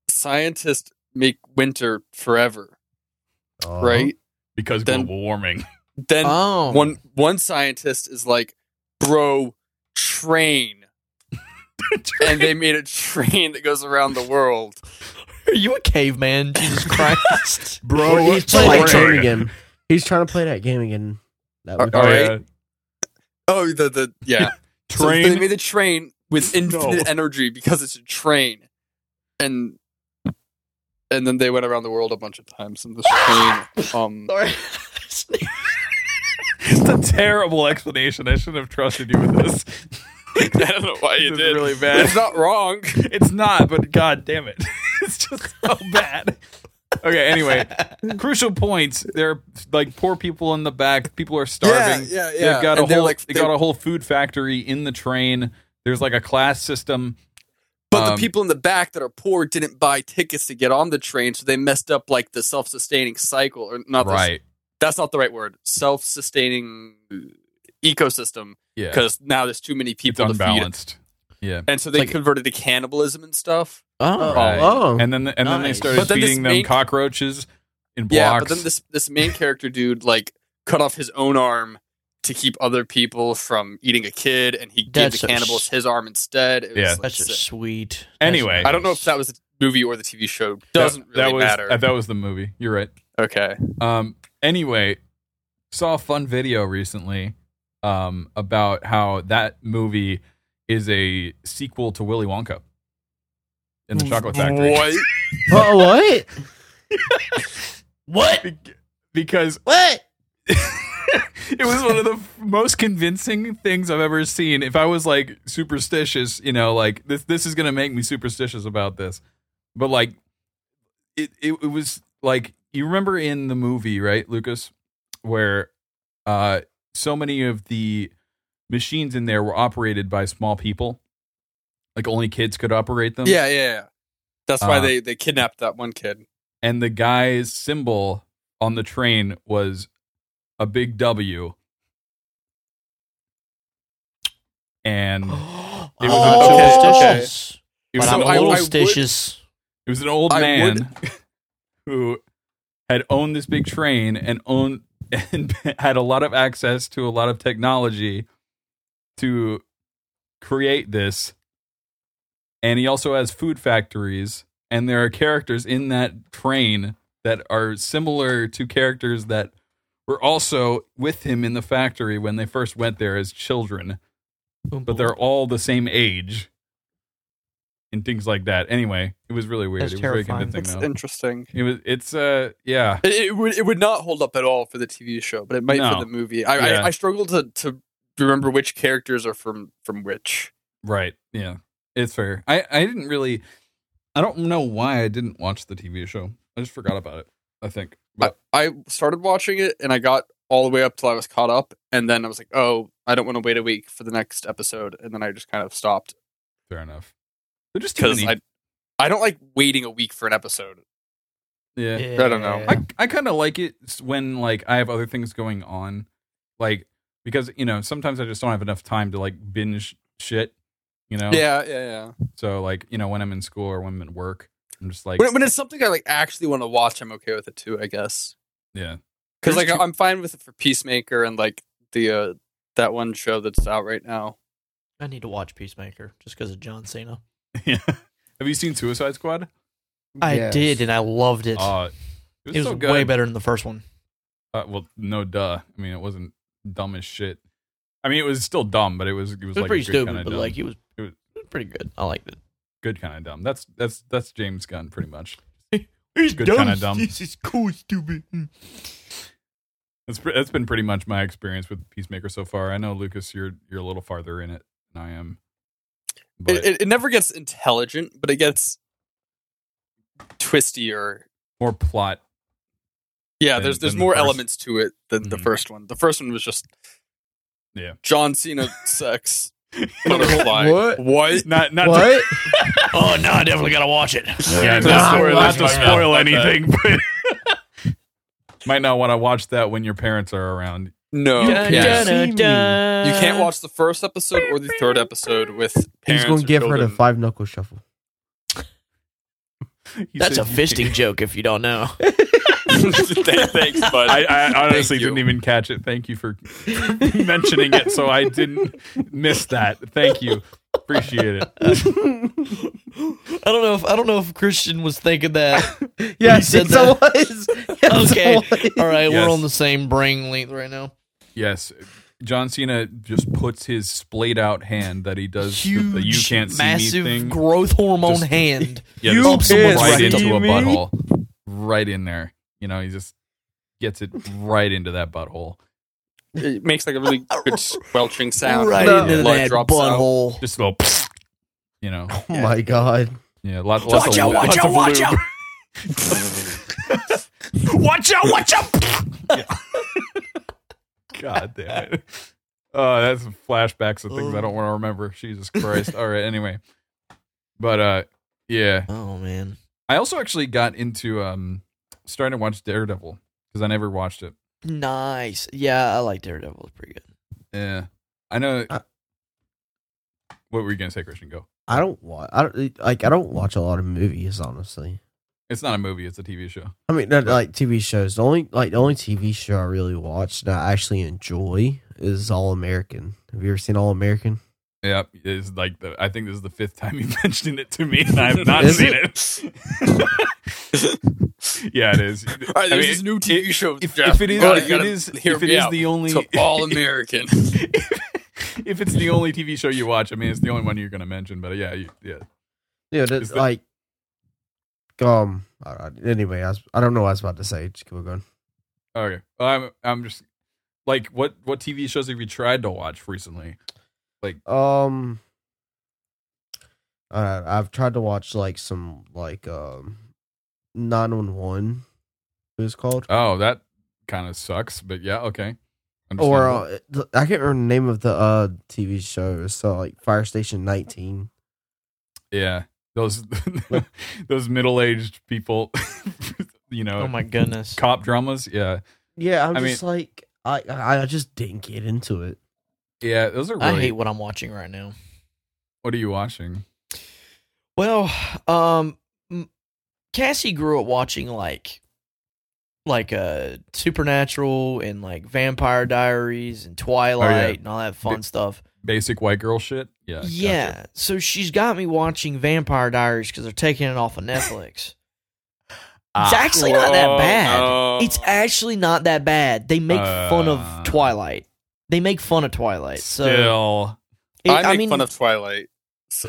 D: Scientists make winter forever,
A: Uh-huh.
D: right?
B: Because
D: Then-
B: global warming.
D: Then
C: oh,
D: one one scientist is like, "Bro, train," and they made a train that goes around the world.
C: are you a caveman? Jesus Christ,
A: Bro, he's
C: playing
A: playing that
C: that
A: game again. He's trying to play that game again. That
B: All
A: would-
D: right.
B: right.
D: Oh, the the yeah, So
B: Train.
D: they made a train with infinite energy because it's a train, and and then they went around the world a bunch of times. And this train, um,
C: Sorry.
B: It's a terrible explanation. I shouldn't have trusted you with this.
D: I don't know why you
B: This is
D: did.
B: really bad.
D: It's not wrong.
B: It's not, but god damn it. It's just so bad. Okay, anyway. Crucial points. There are like poor people in the back. People are starving.
D: Yeah, yeah, yeah.
B: They've got
D: And
B: a
D: they're
B: whole
D: like-
B: they got
D: they're-
B: a whole food factory in the train. There's like a class system.
D: But
B: Um,
D: the people in the back that are poor didn't buy tickets to get on the train, so they messed up like the self-sustaining cycle, or not. the-
B: right.
D: that's not the right word. Self-sustaining ecosystem,
B: Yeah.
D: because now there's too many
B: it's
D: people to feed. it.
B: unbalanced. Yeah.
D: And so they
C: Like-
D: converted to cannibalism and stuff.
C: oh,
B: Right.
A: Oh.
B: And then and then they
C: Nice.
B: started
D: But then this
B: feeding them
D: main-
B: cockroaches in blocks.
D: Yeah, but then this this main character dude like cut off his own arm to keep other people from eating a kid, and he gave
C: That's
D: the
C: so
D: cannibals
C: s-
D: his arm instead. It was
B: Yeah.
D: like
C: That's just
D: sick.
C: sweet.
B: Anyway.
D: I don't know if that was the movie or the TV show. Doesn't
B: that
D: really
B: was,
D: matter.
B: uh, that was the movie. You're right.
D: okay.
B: Um, anyway, saw a fun video recently um, about how that movie is a sequel to Willy Wonka in the Chocolate Factory.
D: What?
A: Oh, what?
B: What? because
A: What?
B: it was one of the f- most convincing things I've ever seen. If I was like superstitious, you know, like this this is gonna make me superstitious about this. But like it it, it was like you remember in the movie, right, Lucas, where uh so many of the machines in there were operated by small people. Like only kids could operate them.
D: Yeah, yeah, yeah. That's why
B: Uh,
D: they they kidnapped that one kid.
B: and the guy's symbol on the train was a big W. And
C: oh,
B: It was
D: a- okay,
C: superstitious.
B: it
C: But
B: was,
D: So
C: I'm
B: an
C: a
D: I-
C: little
B: old,
D: I would-
C: stitious.
B: it was an old
D: I
B: man who had owned this big train and owned and had a lot of access to a lot of technology to create this. And he also has food factories, and there are characters in that train that are similar to characters that were also with him in the factory when they first went there as children, but they're all the same age and things like that. Anyway, it was really weird.
C: That's
B: it was very
C: terrifying.
B: convincing
D: It's
B: though.
D: interesting.
B: It was. It's uh. Yeah.
D: It, it would it would not hold up at all for the TV show, but it might
B: No.
D: for the movie. I,
B: Yeah.
D: I I struggle to to remember which characters are from from which.
B: Right. Yeah. It's fair. I I didn't really. I don't know why I didn't watch the TV show. I just forgot about it. I think.
D: I,
B: But
D: I started watching it and I got all the way up till I was caught up, and then I was like, oh, I don't want to wait a week for the next episode, and then I just kind of stopped
B: fair enough. They're just too
D: because
B: many.
D: I I don't like waiting a week for an episode.
B: yeah.
D: I don't know.
B: I I kind of like it s- when like I have other things going on, like because you know sometimes I just don't have enough time to like binge shit. You know.
D: Yeah, yeah, yeah.
B: So like you know when I'm in school or when I'm at work, I'm just like
D: When, when it's something I like actually want to watch, I'm okay with it too. I guess.
B: yeah.
D: because
B: There's
D: like
B: two-
D: I'm fine with it for Peacemaker and like the uh, that one show that's out right now.
C: I need to watch Peacemaker just because of John Cena.
B: yeah. Have you seen Suicide Squad?
C: I did, and I loved it.
B: Uh, it was,
C: it was
B: so good.
C: way better than the first one.
B: Uh, well, no, duh. I mean, it wasn't dumb as shit. I mean, it was still dumb, but it was it was,
C: It was
B: like
C: pretty
B: a good kind
C: stupid,
B: of
C: but
B: dumb.
C: like it was,
B: It
C: it
B: was-
C: was pretty good. I liked it.
B: good kind of dumb. That's that's that's James Gunn pretty much.
C: It's
B: Good dumb. kinda dumb.
C: This is cool, stupid.
B: That's pre- that's been pretty much my experience with Peacemaker so far. I know Lucas, you're you're a little farther in it than I am. But
D: It, it, it never gets intelligent, but it gets twistier.
B: more plot.
D: Yeah,
B: Than-
D: there's there's
B: than the
D: more
B: first-
D: elements to it than the
B: Mhm.
D: first one. The first one was just
B: Yeah.
D: John Cena sex. Butterfly.
A: What?
D: What?
B: Not not to-
A: What?
E: Oh no, I definitely gotta watch it.
B: Yeah,
E: not,
B: don't worry,
E: not
B: that's
E: to
B: my mouth.
E: spoil
B: That's that.
E: anything, but
B: might not want to watch that when your parents are around.
D: No,
A: You
D: yeah.
A: can't
D: you
A: see me.
D: can't watch the first episode or the third episode with parents.
A: He's gonna
D: or
A: give her the
D: children.
A: five knuckle shuffle.
B: He
C: That's a
B: said you-
C: fisting joke if you don't know.
D: Th- Thanks, bud.
B: I, I honestly
D: Thank you.
B: didn't even catch it. Thank you for mentioning it, so I didn't miss that. Thank you, appreciate it.
C: I don't know if I don't know if Christian was thinking that.
A: Yes,
C: said
A: it's a was. Yes,
C: Okay.
A: it was.
C: All right,
B: Yes.
C: we're on the same brain length right now.
B: Yes, John Cena just puts his splayed out hand that he does
C: Huge,
B: the you can't see
C: massive
B: me thing
C: growth hormone
B: Just-
C: hand.
B: yeah,
A: You
B: just
A: can't
B: right
C: see
B: into a
A: me.
B: butthole, right in there. You know, he just gets it right into that butthole.
D: it makes like a really good squelching sound.
C: right
A: No.
C: into
D: Blood
C: that
D: drops out.
C: butthole.
B: Just a little, you know,
A: Oh my god.
B: yeah, lots, lots
E: watch
B: of
E: out,
B: lots
E: watch
B: of
E: out, watch
B: lube.
E: out. watch out, watch out.
B: God damn it. Oh, that's flashbacks of things I don't want to remember. Jesus Christ. All right, anyway. But uh yeah.
C: Oh man,
B: I also actually got into um starting to watch Daredevil because I never watched it.
C: nice. Yeah, I like Daredevil. It's pretty good.
B: Yeah. I know
A: Uh.
B: What were you going to say, Christian? Go.
A: I don't watch. I don't like. I don't watch a lot of movies, honestly.
B: It's not a movie, it's a TV show.
A: I mean, not, like TV shows. The only like the only TV show I really watch that I actually enjoy is All American. Have you ever seen All American?
B: Yeah, is like the. I think this is the fifth time you mentioned it to me, and I have not
A: Is
B: seen it. yeah, it is.
D: All right,
B: I
D: there's
B: mean,
D: this new TV show.
B: If,
D: Jeff.
B: if it is,
D: Oh,
B: if
D: you
B: it
D: gotta
B: is,
D: hear
B: if it
D: me
B: is
D: out.
B: the only,
D: It's all American.
B: if it's the only TV show you watch, I mean, it's the only one you're going to mention. But uh, yeah, you, yeah,
A: Yeah, that's
B: Is that-
A: like um. All right. Anyway, I, was, I don't know what I was about to say. Just keep going.
B: okay. I'm, I'm just like, what, what TV shows have you tried to watch recently?
A: Um. All right. I've tried to watch like some like um, nine one one. It was called.
B: Oh, that kind of sucks. But yeah, okay.
A: Or
B: Understandable.
A: uh, th- I can't remember the name of the uh TV show. So like Fire Station 19.
B: yeah, those, those middle aged people, you know,
C: Oh my goodness.
B: cop dramas. Yeah,
A: Yeah, I'm
B: I
A: just like I, I I just didn't get into it.
B: yeah, those are. Really,
C: I hate what I'm watching right now.
B: What are you watching?
C: Well, um, m- Cassie grew up watching like, like uh, Supernatural and like Vampire Diaries
B: Oh,
C: and Twilight and all that fun
B: Bi-
C: stuff.
B: Basic white girl shit. Yeah. Uh, gotcha.
C: yeah, so she's got me watching Vampire Diaries because they're taking it off of Netflix. it's actually not that bad. It's actually not that bad. They make fun
B: Uh,
C: of Twilight. They make fun of Twilight. So
B: Still,
C: it-
D: I make
C: mean,
D: fun of Twilight.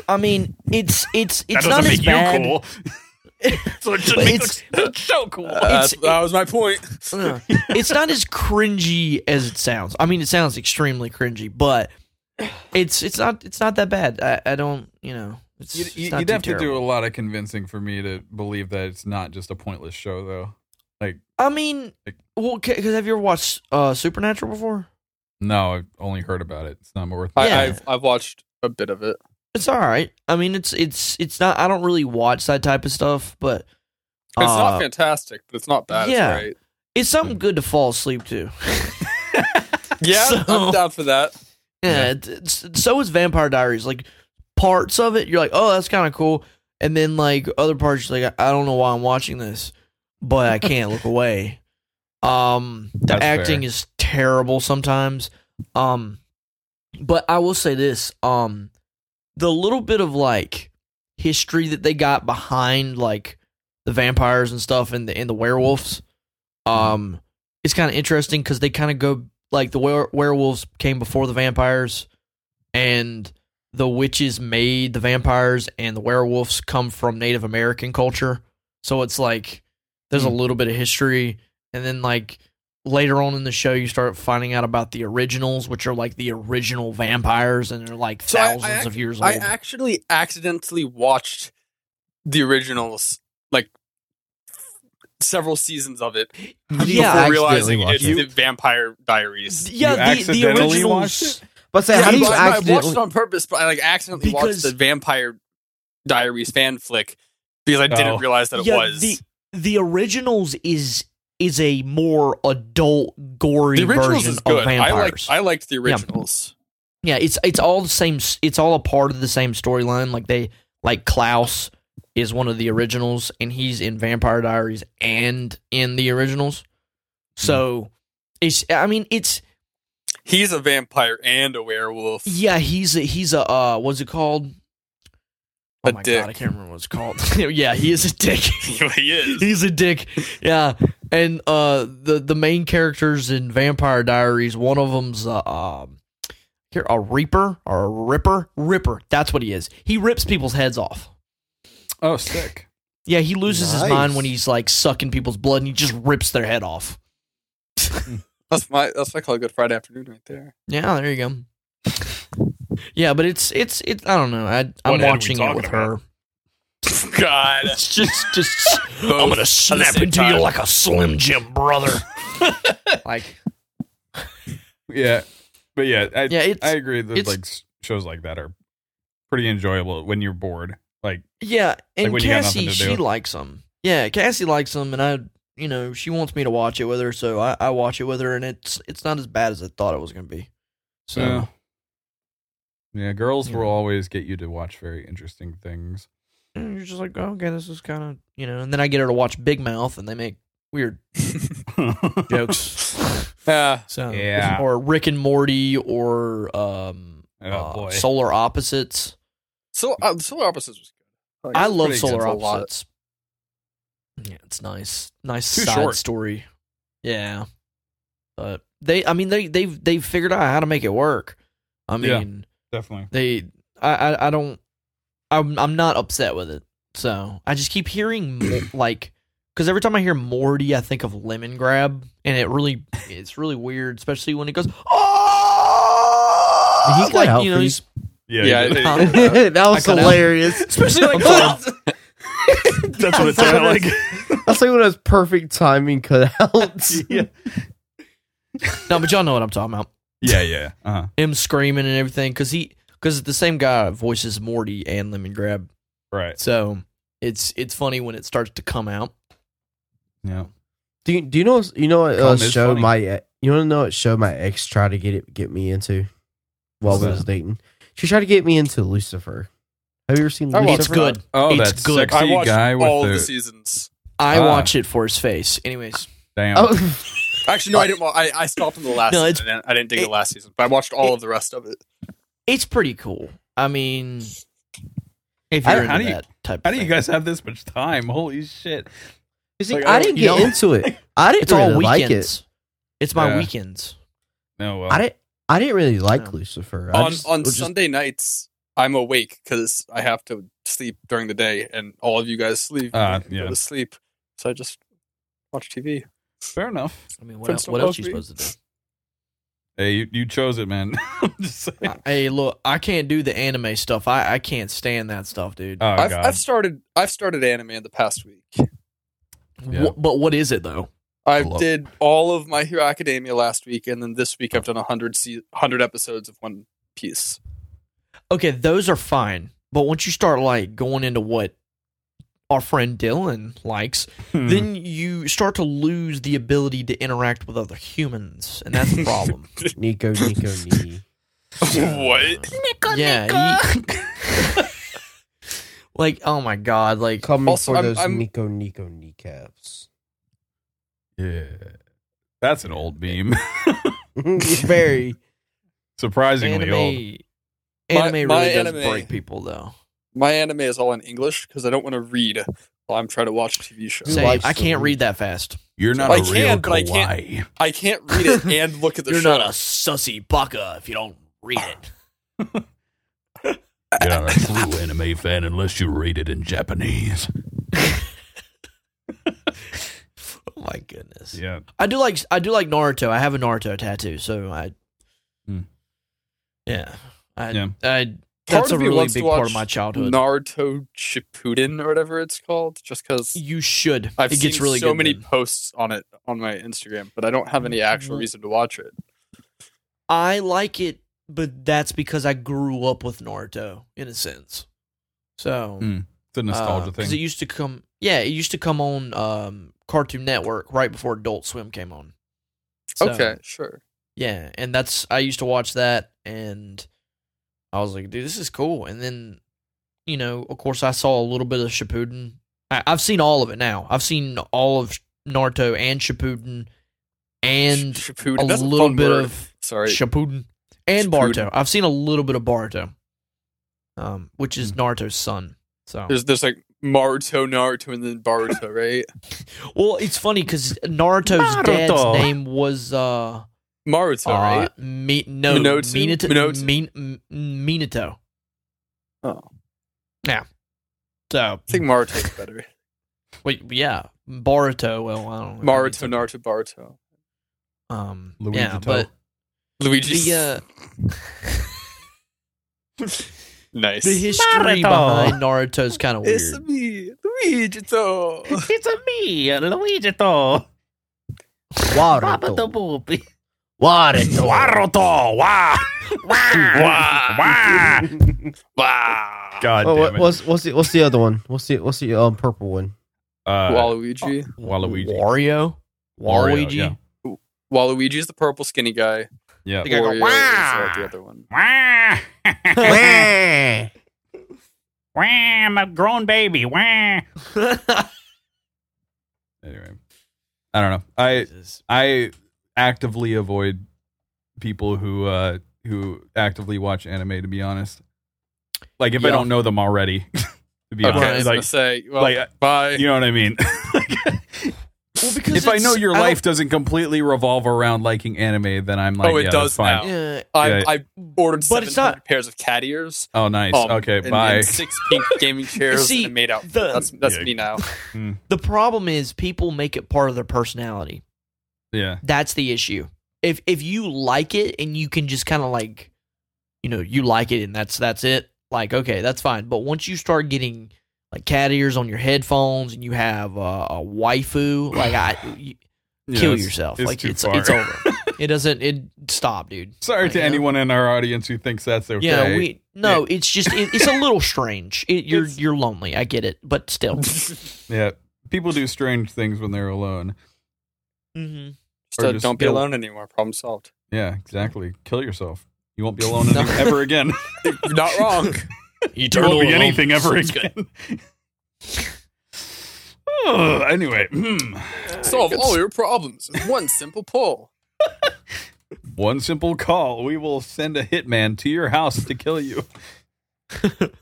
C: I mean, it's it's it's
E: that
C: not
E: doesn't
C: as
E: make
C: bad.
E: you cool. so it should
C: But
E: make
C: it's-
E: the show cool.
D: Uh, that was my point.
C: Ugh. it's not as cringy as it sounds. I mean, it sounds extremely cringy, but it's it's not it's not that bad. I, I don't you know it's,
B: you'd,
C: it's
B: you'd
C: not
B: have
C: too
B: to do a
C: terrible.
B: lot of convincing for me to believe that it's not just a pointless show, though.
C: I mean, well, because have you ever watched uh, Supernatural before?
B: No, I've only heard about it. It's not worth.
D: I,
C: Yeah.
D: I've I've watched a bit of it.
C: It's all right. I mean, it's it's it's not. I don't really watch that type of stuff, but uh,
D: It's not fantastic, but it's not bad.
C: yeah.
D: It's right.
C: It's something good to fall asleep to.
D: Yeah,
C: So-
D: I'm down for that.
C: Yeah. it's- it's- so is Vampire Diaries. Like parts of it, you're like, oh, that's kind of cool, and then like other parts, you're like, I I don't know why I'm watching this, but I can't look away. Um, the
B: That's
C: acting
B: fair.
C: is terrible sometimes. Um, but I will say this: um, the little bit of like history that they got behind like the vampires and stuff and the and the werewolves,
B: Mm-hmm.
C: um, it's kind of interesting because they kind of go like the were- werewolves came before the vampires, and the witches made the vampires, and the werewolves come from Native American culture. So it's like there's
D: Hmm.
C: a little bit of history, and then like later on in the show, you start finding out about the originals, which are like the original vampires, and they're like
D: So I- I
C: thousands of
D: ac-
C: years old.
D: I actually accidentally watched the originals, like several seasons of it,
C: Yeah,
D: before
C: I
A: accidentally
D: realizing it's
A: watched
D: the Vampire Diaries.
C: yeah,
B: You
C: the, the
B: accidentally
C: originals.
B: watched it?
A: But say, how do you
D: but I, I watched
A: accidentally?
D: it on purpose, but I like accidentally
C: Because-
D: watched the Vampire Diaries fan flick because I
B: Oh.
D: didn't realize that it was.
C: The, the originals is is a more adult, gory
D: The originals
C: version
D: is good.
C: of
D: I
C: vampires.
D: liked, I liked the originals.
C: yeah, it's it's all the same. s- It's all a part of the same storyline. Like they like Klaus is one of the originals, and he's in Vampire Diaries and in the originals.
D: Hmm.
C: So it's I mean it's
D: He's a vampire and a werewolf.
C: yeah he's a, he's a uh what's it called? oh
D: A
C: my
D: dick.
C: god, I can't remember what it's called. yeah, he is a dick.
D: he is.
C: he's a dick yeah and uh the the main characters in vampire diaries one of them's a um here a reaper or a ripper ripper that's what he is he rips people's heads off
B: Oh, sick.
C: yeah he loses
A: Nice.
C: his mind when he's like sucking people's blood and he just rips their head off
D: That's my that's what I call a good Friday afternoon right there.
C: yeah there you go yeah but it's it's it's i don't know i i'm
E: What head are we
C: watching it
E: talking
C: with her
D: God.
C: it's just just
E: I'm gonna snap
D: same
E: into you
D: time.
E: like a Slim Jim, brother.
C: like
B: Yeah, but yeah, I,
C: yeah it's
B: I agree that
C: it's-
B: like s- shows like that are pretty enjoyable when you're bored. Like,
C: Yeah, and
B: when you got nothing
C: Cassie,
B: to
C: she
B: do.
C: likes them. Yeah, Cassie likes them, and I, you know, she wants me to watch it with her, so I, I watch it with her, and it's it's not as bad as I thought it was gonna be. So
B: Yeah. yeah, girls
C: Yeah.
B: will always get you to watch very interesting things.
C: and you're just like, oh, okay, this is kind of you know, and then I get her to watch Big Mouth, and they make weird jokes.
D: Yeah.
C: So
B: Yeah.
C: or Rick and Morty or um
B: Oh
C: uh,
B: boy.
C: Solar Opposites.
D: So uh, solar opposites was good.
C: I love
D: pretty
C: Solar
D: good. It's a lot.
C: Opposites. Yeah, it's nice. Nice
B: Too
C: side
B: short.
C: story. Yeah. But they I mean they they've they've figured out how to make it work. I
B: Yeah.
C: mean
B: Definitely.
C: they I, I I don't I'm I'm not upset with it. So I just keep hearing mo- like because every time I hear Morty, I think of Lemon Grab, and it really it's really weird, especially when it goes oh
A: He got help for you.
C: he's-
B: Yeah.
D: Yeah,
B: you-
D: it-
B: you-
A: that was
C: I cut out.
A: hilarious.
C: especially like oh,
E: That's what it sounded like.
A: That's like one of those perfect timing cutouts.
C: no, but y'all know what I'm talking about.
B: yeah. Yeah. Uh-huh.
C: Him screaming and everything because he because the same guy voices Morty and Lemon Grab,
B: Right.
C: so it's it's funny when it starts to come out.
B: Yeah.
A: Do you, do you know you know what
B: Calm
A: uh,
B: is
A: show
B: funny.
A: my e- you want to know what show my ex tried to get it get me into while
B: What's
A: we was dating? She tried to get me into Lucifer. Have you ever seen
D: I watched
A: Lucifer?
C: It's good.
B: Oh,
C: It's
B: that
C: good.
B: sexy
D: I watched
B: guy with
D: all
B: the,
D: the, seasons.
C: I
B: Ah.
C: watch it for his face. Anyways,
B: damn.
A: Oh,
D: Actually, no, I didn't. wa- I, I stopped in the last.
C: No, it's-
D: season. I didn't- I didn't dig
C: it-
D: the last season, but I watched all
C: it-
D: of the rest of it.
C: it's pretty cool. I mean, if
B: I-
C: you're into
B: how do you-
C: that type,
B: How
C: of
B: do you
C: thing.
B: guys have this much time? Holy shit! Like, uh,
A: I didn't
C: you
A: get
C: know-
A: into it. I didn't
C: It's
A: really
C: all
A: like it.
C: weekends. It's my
B: Yeah.
C: weekends.
B: No, well,
A: I didn't. I didn't really like
C: Yeah.
A: Lucifer. I
D: on
A: just-
D: on
A: was just-
D: Sunday nights, I'm awake because I have to sleep during the day, and all of you guys sleep.
B: Ah,
D: you
B: yeah.
D: go to sleep. So I just watch TV.
B: fair enough.
C: I mean, what,
D: Friends
C: el- what
D: don't
C: else you
D: love me.
C: supposed to
B: Hey, you, you chose it, man. I'm just saying.
C: do? hey, look, I can't do the anime stuff. I, I can't stand that stuff, dude.
B: Oh
D: I've,
B: god,
D: I've started I've started anime in the past week.
B: yeah.
C: Wh- but what is it though?
D: I
C: Love-
D: did all of My Hero Academia last week, and then this week I've
C: Oh.
D: done 100, se- 100 episodes of One Piece.
C: Okay, those are fine. But once you start like going into what our friend Dylan likes,
B: Hmm.
C: then you start to lose the ability to interact with other humans, and that's a problem.
A: Nico Nico Nee.
D: what?
C: yeah. you- like, oh my god, like
A: Coming
D: Also,
A: for
D: I'm-
A: those
D: I'm-
A: Nico Nico kneecaps.
B: yeah, that's an old beam.
A: Very.
B: Surprisingly old.
C: anime. Anime
D: My- my
C: really does
D: anime-
C: break people though.
D: My anime is all in English because I don't want to read while I'm trying to watch a TV show.
A: Who
C: Same.
A: likes
C: I
A: to
C: can't
A: read?
C: read that fast.
B: You're not
D: I
B: a real
D: can, but I can't-
B: kawaii.
D: I can't read it and look at the
C: You're
D: show.
C: not a sussy baka if you don't read it.
B: You're not a true anime fan unless you read it in Japanese.
C: oh my goodness.
B: Yeah,
C: I do like I do like Naruto. I have a Naruto tattoo, so I.
B: Hmm.
C: Yeah. I,
B: Yeah.
C: I, that's a
D: of me
C: really
D: wants to
C: big part
D: watch
C: of my childhood.
D: Naruto Shippuden or whatever it's called, just because
C: you should.
D: I've
C: it
D: seen
C: gets really
D: so
C: good
D: many
C: then.
D: posts on it on my Instagram, but I don't have any actual
C: Mhm.
D: reason to watch it.
C: I like it, but that's because I grew up with Naruto in a sense. So
B: Hmm, it's a nostalgia
C: Because uh, it
B: thing.
C: used to come, yeah, it used to come on um, Cartoon Network right before Adult Swim came on. So,
D: okay, sure.
C: Yeah, and that's I used to watch that, and I was like, dude, this is cool. And then, you know, of course, I saw a little bit of Shippuden. I, I've seen all of it now. I've seen all of Naruto and Shippuden, and
D: Sh-
C: a
D: Shippuden. That's
C: little
D: fun
C: bit
D: word.
C: of
D: sorry.
C: Shippuden and Barto.
D: Shippuden.
C: I've seen a little bit of Barto, um, which is Naruto's son. So
D: Hmm. There's there's like Maruto, Naruto, and then Baruto, right?
C: well, it's funny because Naruto's dad's
B: Naruto.
C: name was uh,
D: Maruto,
C: uh
D: right?
C: Mi- no
D: Minotu?
C: Minato
D: Minotu?
C: Min- M- Minato.
D: Oh,
C: So
D: I think Maruto's better.
C: wait, yeah, Boruto. Well, I don't know.
D: Maruto, Naruto, Baruto,
C: Um,
B: Luigi
C: yeah,
B: Toe.
C: but
D: Luigi.
C: the uh,
D: nice.
C: the history
E: Naruto.
C: behind Naruto's kind of weird.
D: it's me, Luigi.
E: It's a me, Luigi to
A: Waruto.
E: Boopy.
A: Waruto.
E: Waruto. Wah. Wah. Wah.
D: Wow.
B: God
A: Oh,
B: damn
A: what,
B: it,
A: what's what's the what's the other one? What's the what's the um purple one?
B: uh,
D: Waluigi.
B: Waluigi.
C: Wario,
B: Wario,
C: Waluigi.
B: yeah.
D: Waluigi is the purple skinny guy.
B: Yeah,
E: I go,
D: Wario is
E: "Wah!"
D: the other one.
E: Wah. Wah. I'm a grown baby. Wah.
B: Anyway, I don't know. I
C: Jesus.
B: I actively avoid people who uh who actively watch anime to be honest. Like if I
C: Yeah.
B: don't know them already. to be
D: Okay, I
B: honest.
D: was gonna
B: Like,
D: say, well,
B: like,
D: bye.
B: you know what I mean?
C: Well, because
B: if I
C: it's-
B: know your
C: don't-
B: life doesn't completely revolve around liking anime, then I'm like,
D: Oh, it
B: yeah, that's
D: does
B: fine.
D: now.
C: Yeah,
D: I,
B: Yeah.
D: I ordered
C: But
D: seven
C: it's not-
D: hundred pairs of cat ears.
B: Oh, nice.
D: um,
B: okay,
D: and- and
B: bye.
D: six pink gaming chairs
C: See,
D: and a made out.
C: the-
D: that's that's
B: Yeah.
D: me now.
C: the problem is people make it part of their personality.
B: yeah.
C: That's the issue. If if you like it and you can just kind of like, you know, you like it and that's that's it. Like okay, that's fine. But once you start getting like cat ears on your headphones and you have uh, a waifu, like I you,
B: Yeah,
C: kill
B: it's-
C: yourself.
B: it's
C: like
B: too
C: it's
B: far.
C: it's over. it doesn't. It stop, dude.
B: Sorry
C: Like,
B: to
C: yeah.
B: anyone in our audience who thinks that's okay.
C: Yeah, we no. It's just it, it's a little strange. It, you're you're lonely. I get it, but still.
B: Yeah. People do strange things when they're alone.
C: mm-hmm.
D: So
B: just
D: don't be
B: build-
D: alone anymore. Problem solved.
B: Yeah, exactly. Kill yourself. You won't be alone
C: No.
B: any- ever again.
D: You're not wrong.
B: you won't be anything ever again. Ugh, anyway, hmm.
D: Solve all your problems in one simple pull.
B: one simple call. We will send a hitman to your house to kill you.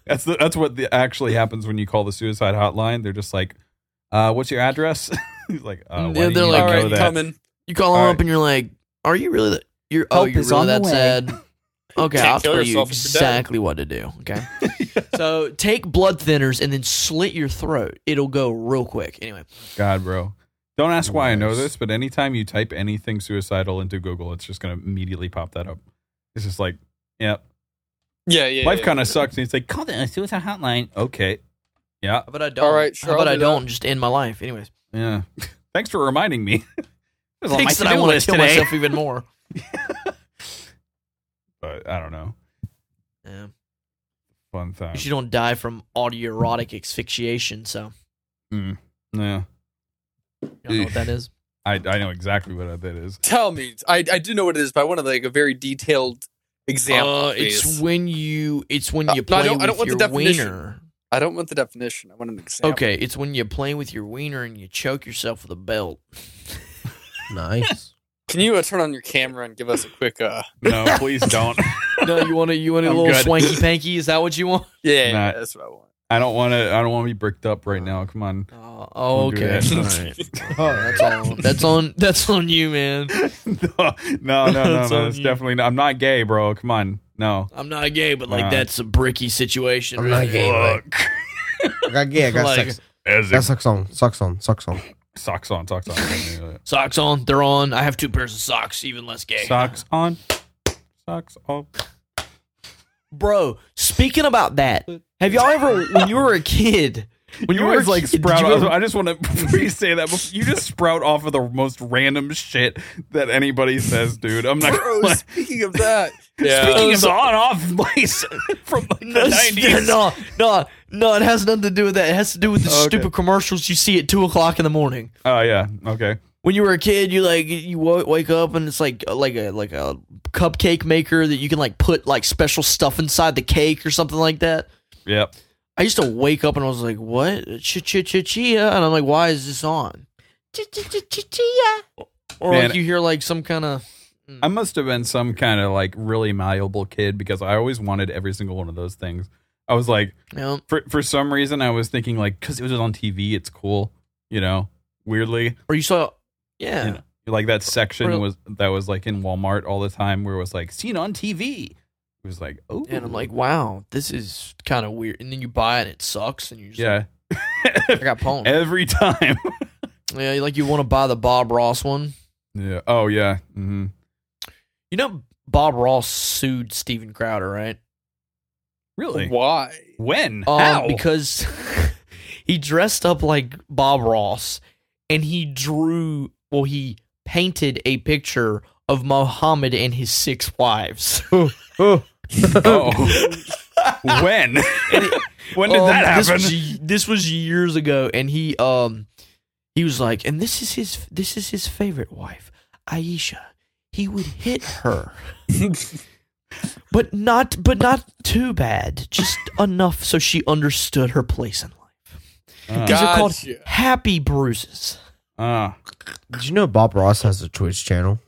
B: that's the, that's what the, actually happens when you call the suicide hotline. They're just like, uh, "What's your address?" He's like, uh, why
C: Yeah,
B: do
C: they're
B: you
C: like,
B: know
D: all right,
B: that?
D: coming.
C: You call them
B: All
C: up and you're like, "Are you really? That, you're oh,
F: Help
C: you're
F: is
C: really
F: on the
C: that
F: way."
C: sad." Okay,
D: Can't
C: I'll
D: kill
C: tell you
D: yourself if you're dead.
C: exactly what to do. Okay, so take blood thinners and then slit your throat. It'll go real quick. Anyway,
B: God, bro. Don't ask why I know
A: Nice.
B: this, but anytime you type anything suicidal into Google, it's just going to immediately pop that up. It's just like, yeah,
D: Yeah, yeah.
B: life
D: yeah.
B: kind of sucks. And it's like, call the uh, suicide hotline. Okay. Yeah.
C: how about I don't?
D: All right, sure,
C: how about
D: I'll
C: I
D: do that.
C: don't just end my life? Anyways,
B: Yeah. Thanks for reminding me. There's a lot on my
C: thinks that I
B: to-do
C: want to
B: list
C: kill
B: today.
C: myself even more.
B: But I don't know.
C: Yeah.
B: Fun time.
C: You don't die from autoerotic asphyxiation, so
B: Mm. Yeah.
C: you don't know what that is.
B: I, I know exactly what that is.
D: Tell me. I, I do know what it is, but I want like a very detailed example.
C: Uh, it's
D: please.
C: when you it's when
D: Uh,
C: you
D: no,
C: play
D: I don't- I
C: with
D: don't want the
C: your
D: definition.
C: wiener.
D: I don't want the definition. I want an example.
C: Okay, it's when you play with your wiener and you choke yourself with a belt.
A: Nice.
D: Can you uh, turn on your camera and give us a quick uh
B: No, please don't.
C: No, you want to you want a
B: I'm
C: little
B: good.
C: swanky panky? Is that what you want?
D: Yeah,
B: Nah.
D: that's what I want.
B: I don't want to. I don't want to be bricked up right now. Come on.
C: Oh,
B: Don't do
C: okay.
B: that.
C: All right. Oh, that's all. That's on. That's on you, man.
B: no, no, no, no.
C: It's
B: no
C: on
B: it's
C: you.
B: definitely. Not, I'm not gay, bro. Come on. No.
C: I'm not gay, but like
B: Nah.
C: that's a bricky situation.
A: I'm not
C: really.
A: gay.
B: Fuck.
A: I got gay. I got
C: Like-
A: sex.
B: As
A: That sucks on. Sucks on. Sucks on.
B: Socks on, socks on.
C: Socks on. They're on. I have two pairs of socks. Even less gay.
B: socks on. Socks on.
C: Bro, speaking about that, have y'all ever, when you were a kid, when
B: When
C: you,
B: you
C: were
B: always
C: a
B: like
C: kid, did
B: sprout
C: you
B: off,
C: ever-
B: I just want to please say that before- you just sprout off of the most random shit that anybody says, dude. I'm not
D: Bro,
B: gonna lie.
D: speaking of that, yeah.
B: speaking of the on off place from like the
C: no,
B: nineties.
C: no, no, no, it has nothing to do with that. It has to do with the
B: Okay.
C: stupid commercials you see at two o'clock in the morning.
B: Oh yeah, okay.
C: When you were a kid, you like you w- wake up and it's like uh, like a like a cupcake maker that you can like put like special stuff inside the cake or something like that.
B: Yep.
C: I used to wake up and I was like, "What? Ch ch ch chia?" And I'm like, "Why is this on?" Ch ch ch ch chia. Or
B: Man.
C: like you hear like some kind of
B: I must have been some kind of like really malleable kid because I always wanted every single one of those things. I was like,
C: you know,
B: for for some reason, I was thinking like, because it was on TV, it's cool, you know. Weirdly,
C: or you saw, yeah,
B: You know, like that section
C: Real-
B: was that was like in Walmart all the time, where it was like seen on TV. It was like, oh,
C: and I'm like, wow, this is kind of weird. And then you buy it, and it sucks, and you just
B: yeah,
C: like, I got pwned.
B: every time.
C: yeah, like you want to buy the Bob Ross one.
B: yeah. Oh yeah. hmm
C: You know, Bob Ross sued Steven Crowder, right?
B: Really?
D: why?
B: When?
C: Um,
B: How?
C: Because he dressed up like Bob Ross, and he drew, well, he painted a picture of Mohammed and his six wives.
B: oh. when? when did
C: Um,
B: that
C: This
B: happen?
C: was, ye- this was years ago, and he um he was like, and this is his this is his favorite wife, Aisha. He would hit her, but not but not too bad, just enough so she understood her place in life.
B: Uh,
C: These are called
D: Gotcha.
C: happy bruises.
B: uh,
A: Did you know Bob Ross has a Twitch channel?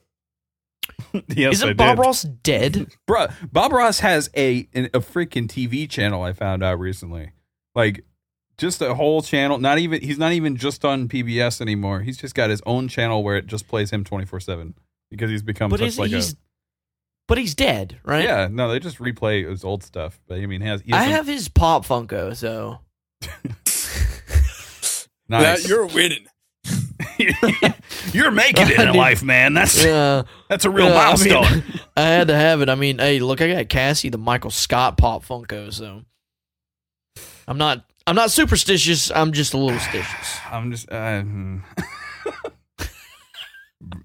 B: yes, I
C: Isn't Bob
B: did.
C: Ross dead?
B: Bruh, Bob Ross has a an- a freaking TV channel. I found out recently, like just a whole channel. Not even he's not even just on PBS anymore. He's just got his own channel where it just plays him twenty four seven because he's become
C: but
B: such
C: is
B: like
C: he's
B: a
C: but he's dead, right?
B: yeah. No, they just replay his old stuff. But I mean, he has, he has
C: I
B: some-
C: have his pop Funko, so
B: nice.
D: That, you're winning.
E: You're making it in life, man. That's
C: yeah.
E: that's a real
C: Yeah, uh, I mean,
E: milestone.
C: I had to have it. I mean, hey, look, I got Cassie the Michael Scott pop Funko, so I'm not I'm not superstitious. I'm just a little stitious.
B: I'm just, uh, hmm.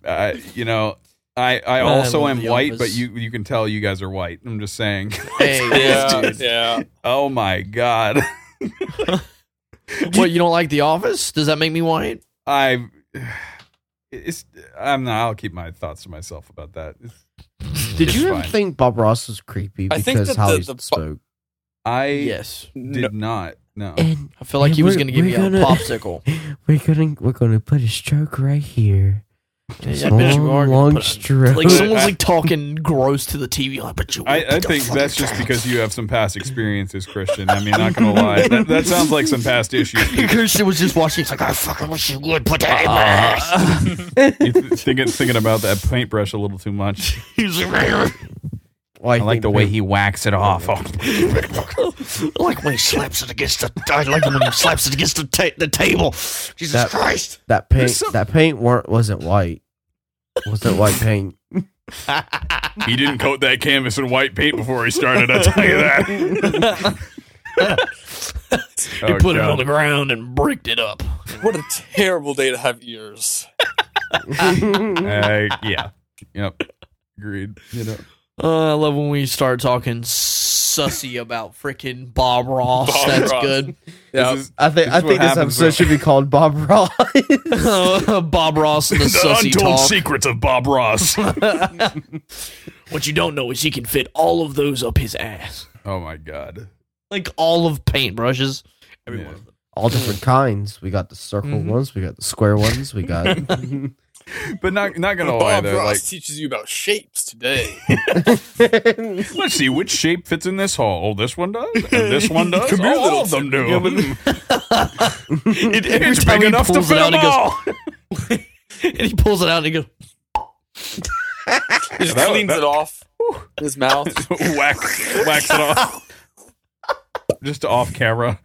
B: I, you know, I I
C: Well, I
B: also
C: love
B: am
C: The
B: white,
C: Office.
B: but you you can tell you guys are white. I'm just saying.
C: Hey,
D: Yeah,
C: dude.
D: yeah.
B: Oh my god.
C: what you don't like The Office? Does that make me white?
B: I it's I'm not I'll keep my thoughts to myself about that. It's-
A: Did
B: It's
A: you ever
B: fine.
A: think Bob Ross was creepy
D: I think
A: because
D: that
A: how
D: the-
A: he
D: the bu-
A: spoke?
B: I
C: Yes.
D: No,
B: did not. No.
A: And
C: I feel like
A: Yeah,
C: he was
A: we're-
C: going to give
A: we're
C: me
A: gonna-
C: a popsicle.
A: we're gonna we're gonna put a stroke right here.
C: Yeah, I bet you are gonna
A: long
C: put a-
A: stroke.
C: Like someone's
B: I-
C: like talking gross to the TV. I bet you.
B: I, I
C: the
B: think
C: fucking
B: that's just
C: time.
B: because you have some past experiences, Christian. I mean, not gonna lie, that, that sounds like some past issues.
C: Kirsten was just watching. It's like I fucking wish you would put that in my ass.
B: You th- thinking thinking about that paintbrush a little too much.
A: Well, I,
B: I like
A: think
B: the way he whacks it off. Oh,
E: I like when he slaps it against the. I like when he slaps it against the ta- the table. Jesus
A: That-
E: Christ!
A: that paint
E: There's some-
A: that paint weren't wasn't white. Wasn't white paint.
B: he didn't coat that canvas in white paint before he started. I tell you that.
C: He
B: Oh,
C: put it
B: God.
C: on the ground and bricked it up.
D: What a terrible day to have ears.
B: Uh, yeah. Yep. Agreed. You know.
C: Uh, I love when we start talking sussy about freaking Bob Ross.
D: Bob
C: that's
D: Ross.
C: good.
D: Yeah.
B: This is-
A: I think
B: This
A: I
B: is what
A: think this
B: happens
A: episode should be called Bob Ross.
C: Bob Ross and the,
E: The
C: sussy
E: untold
C: talk.
E: secrets of Bob Ross.
C: What you don't know is he can fit all of those up his ass,
B: oh my god.
C: like all of paintbrushes. Every
B: Yeah.
C: one of them.
A: All different kinds. We got the circle
C: Mhm.
A: ones. We got the square ones. We got
B: But not not gonna lie
D: Bob
B: though.
D: Ross
B: Oh, Like,
D: teaches you about shapes today.
B: let's see which shape fits in this hall. This one does, and this one does.
D: Come here,
B: Oh, all
D: little
B: of them do.
D: Yeah, but-
C: And every
B: it's
C: time
B: big
C: he
B: enough to
C: pulls it
B: fit
C: out,
B: them
C: he goes-
B: all.
C: and he pulls it out and he goes,
D: He just
B: That-
D: cleans
B: that-
D: it off in his mouth.
B: whack, whacks it off. Just off camera.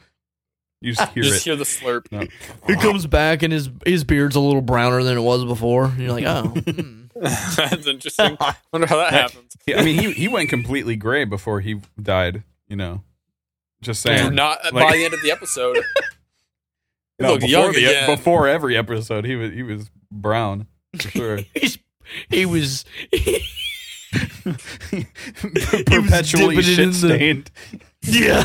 B: You just hear
D: just
B: it.
D: hear the slurp.
B: No.
C: He comes back and his his beard's a little browner than it was before. And you're like, oh, hmm.
D: That's interesting. Wonder how that happened.
B: Yeah, I mean, he he went completely gray before he died. You know, just saying.
D: Not
B: Like-
D: by the end of the episode. He
B: No,
D: looked
B: before,
D: young
B: the, e,
D: again.
B: before every episode, he was he was brown for sure.
C: He's, he was
B: Perpetually
C: dipping it
B: shit
C: in the-
B: stained.
C: yeah,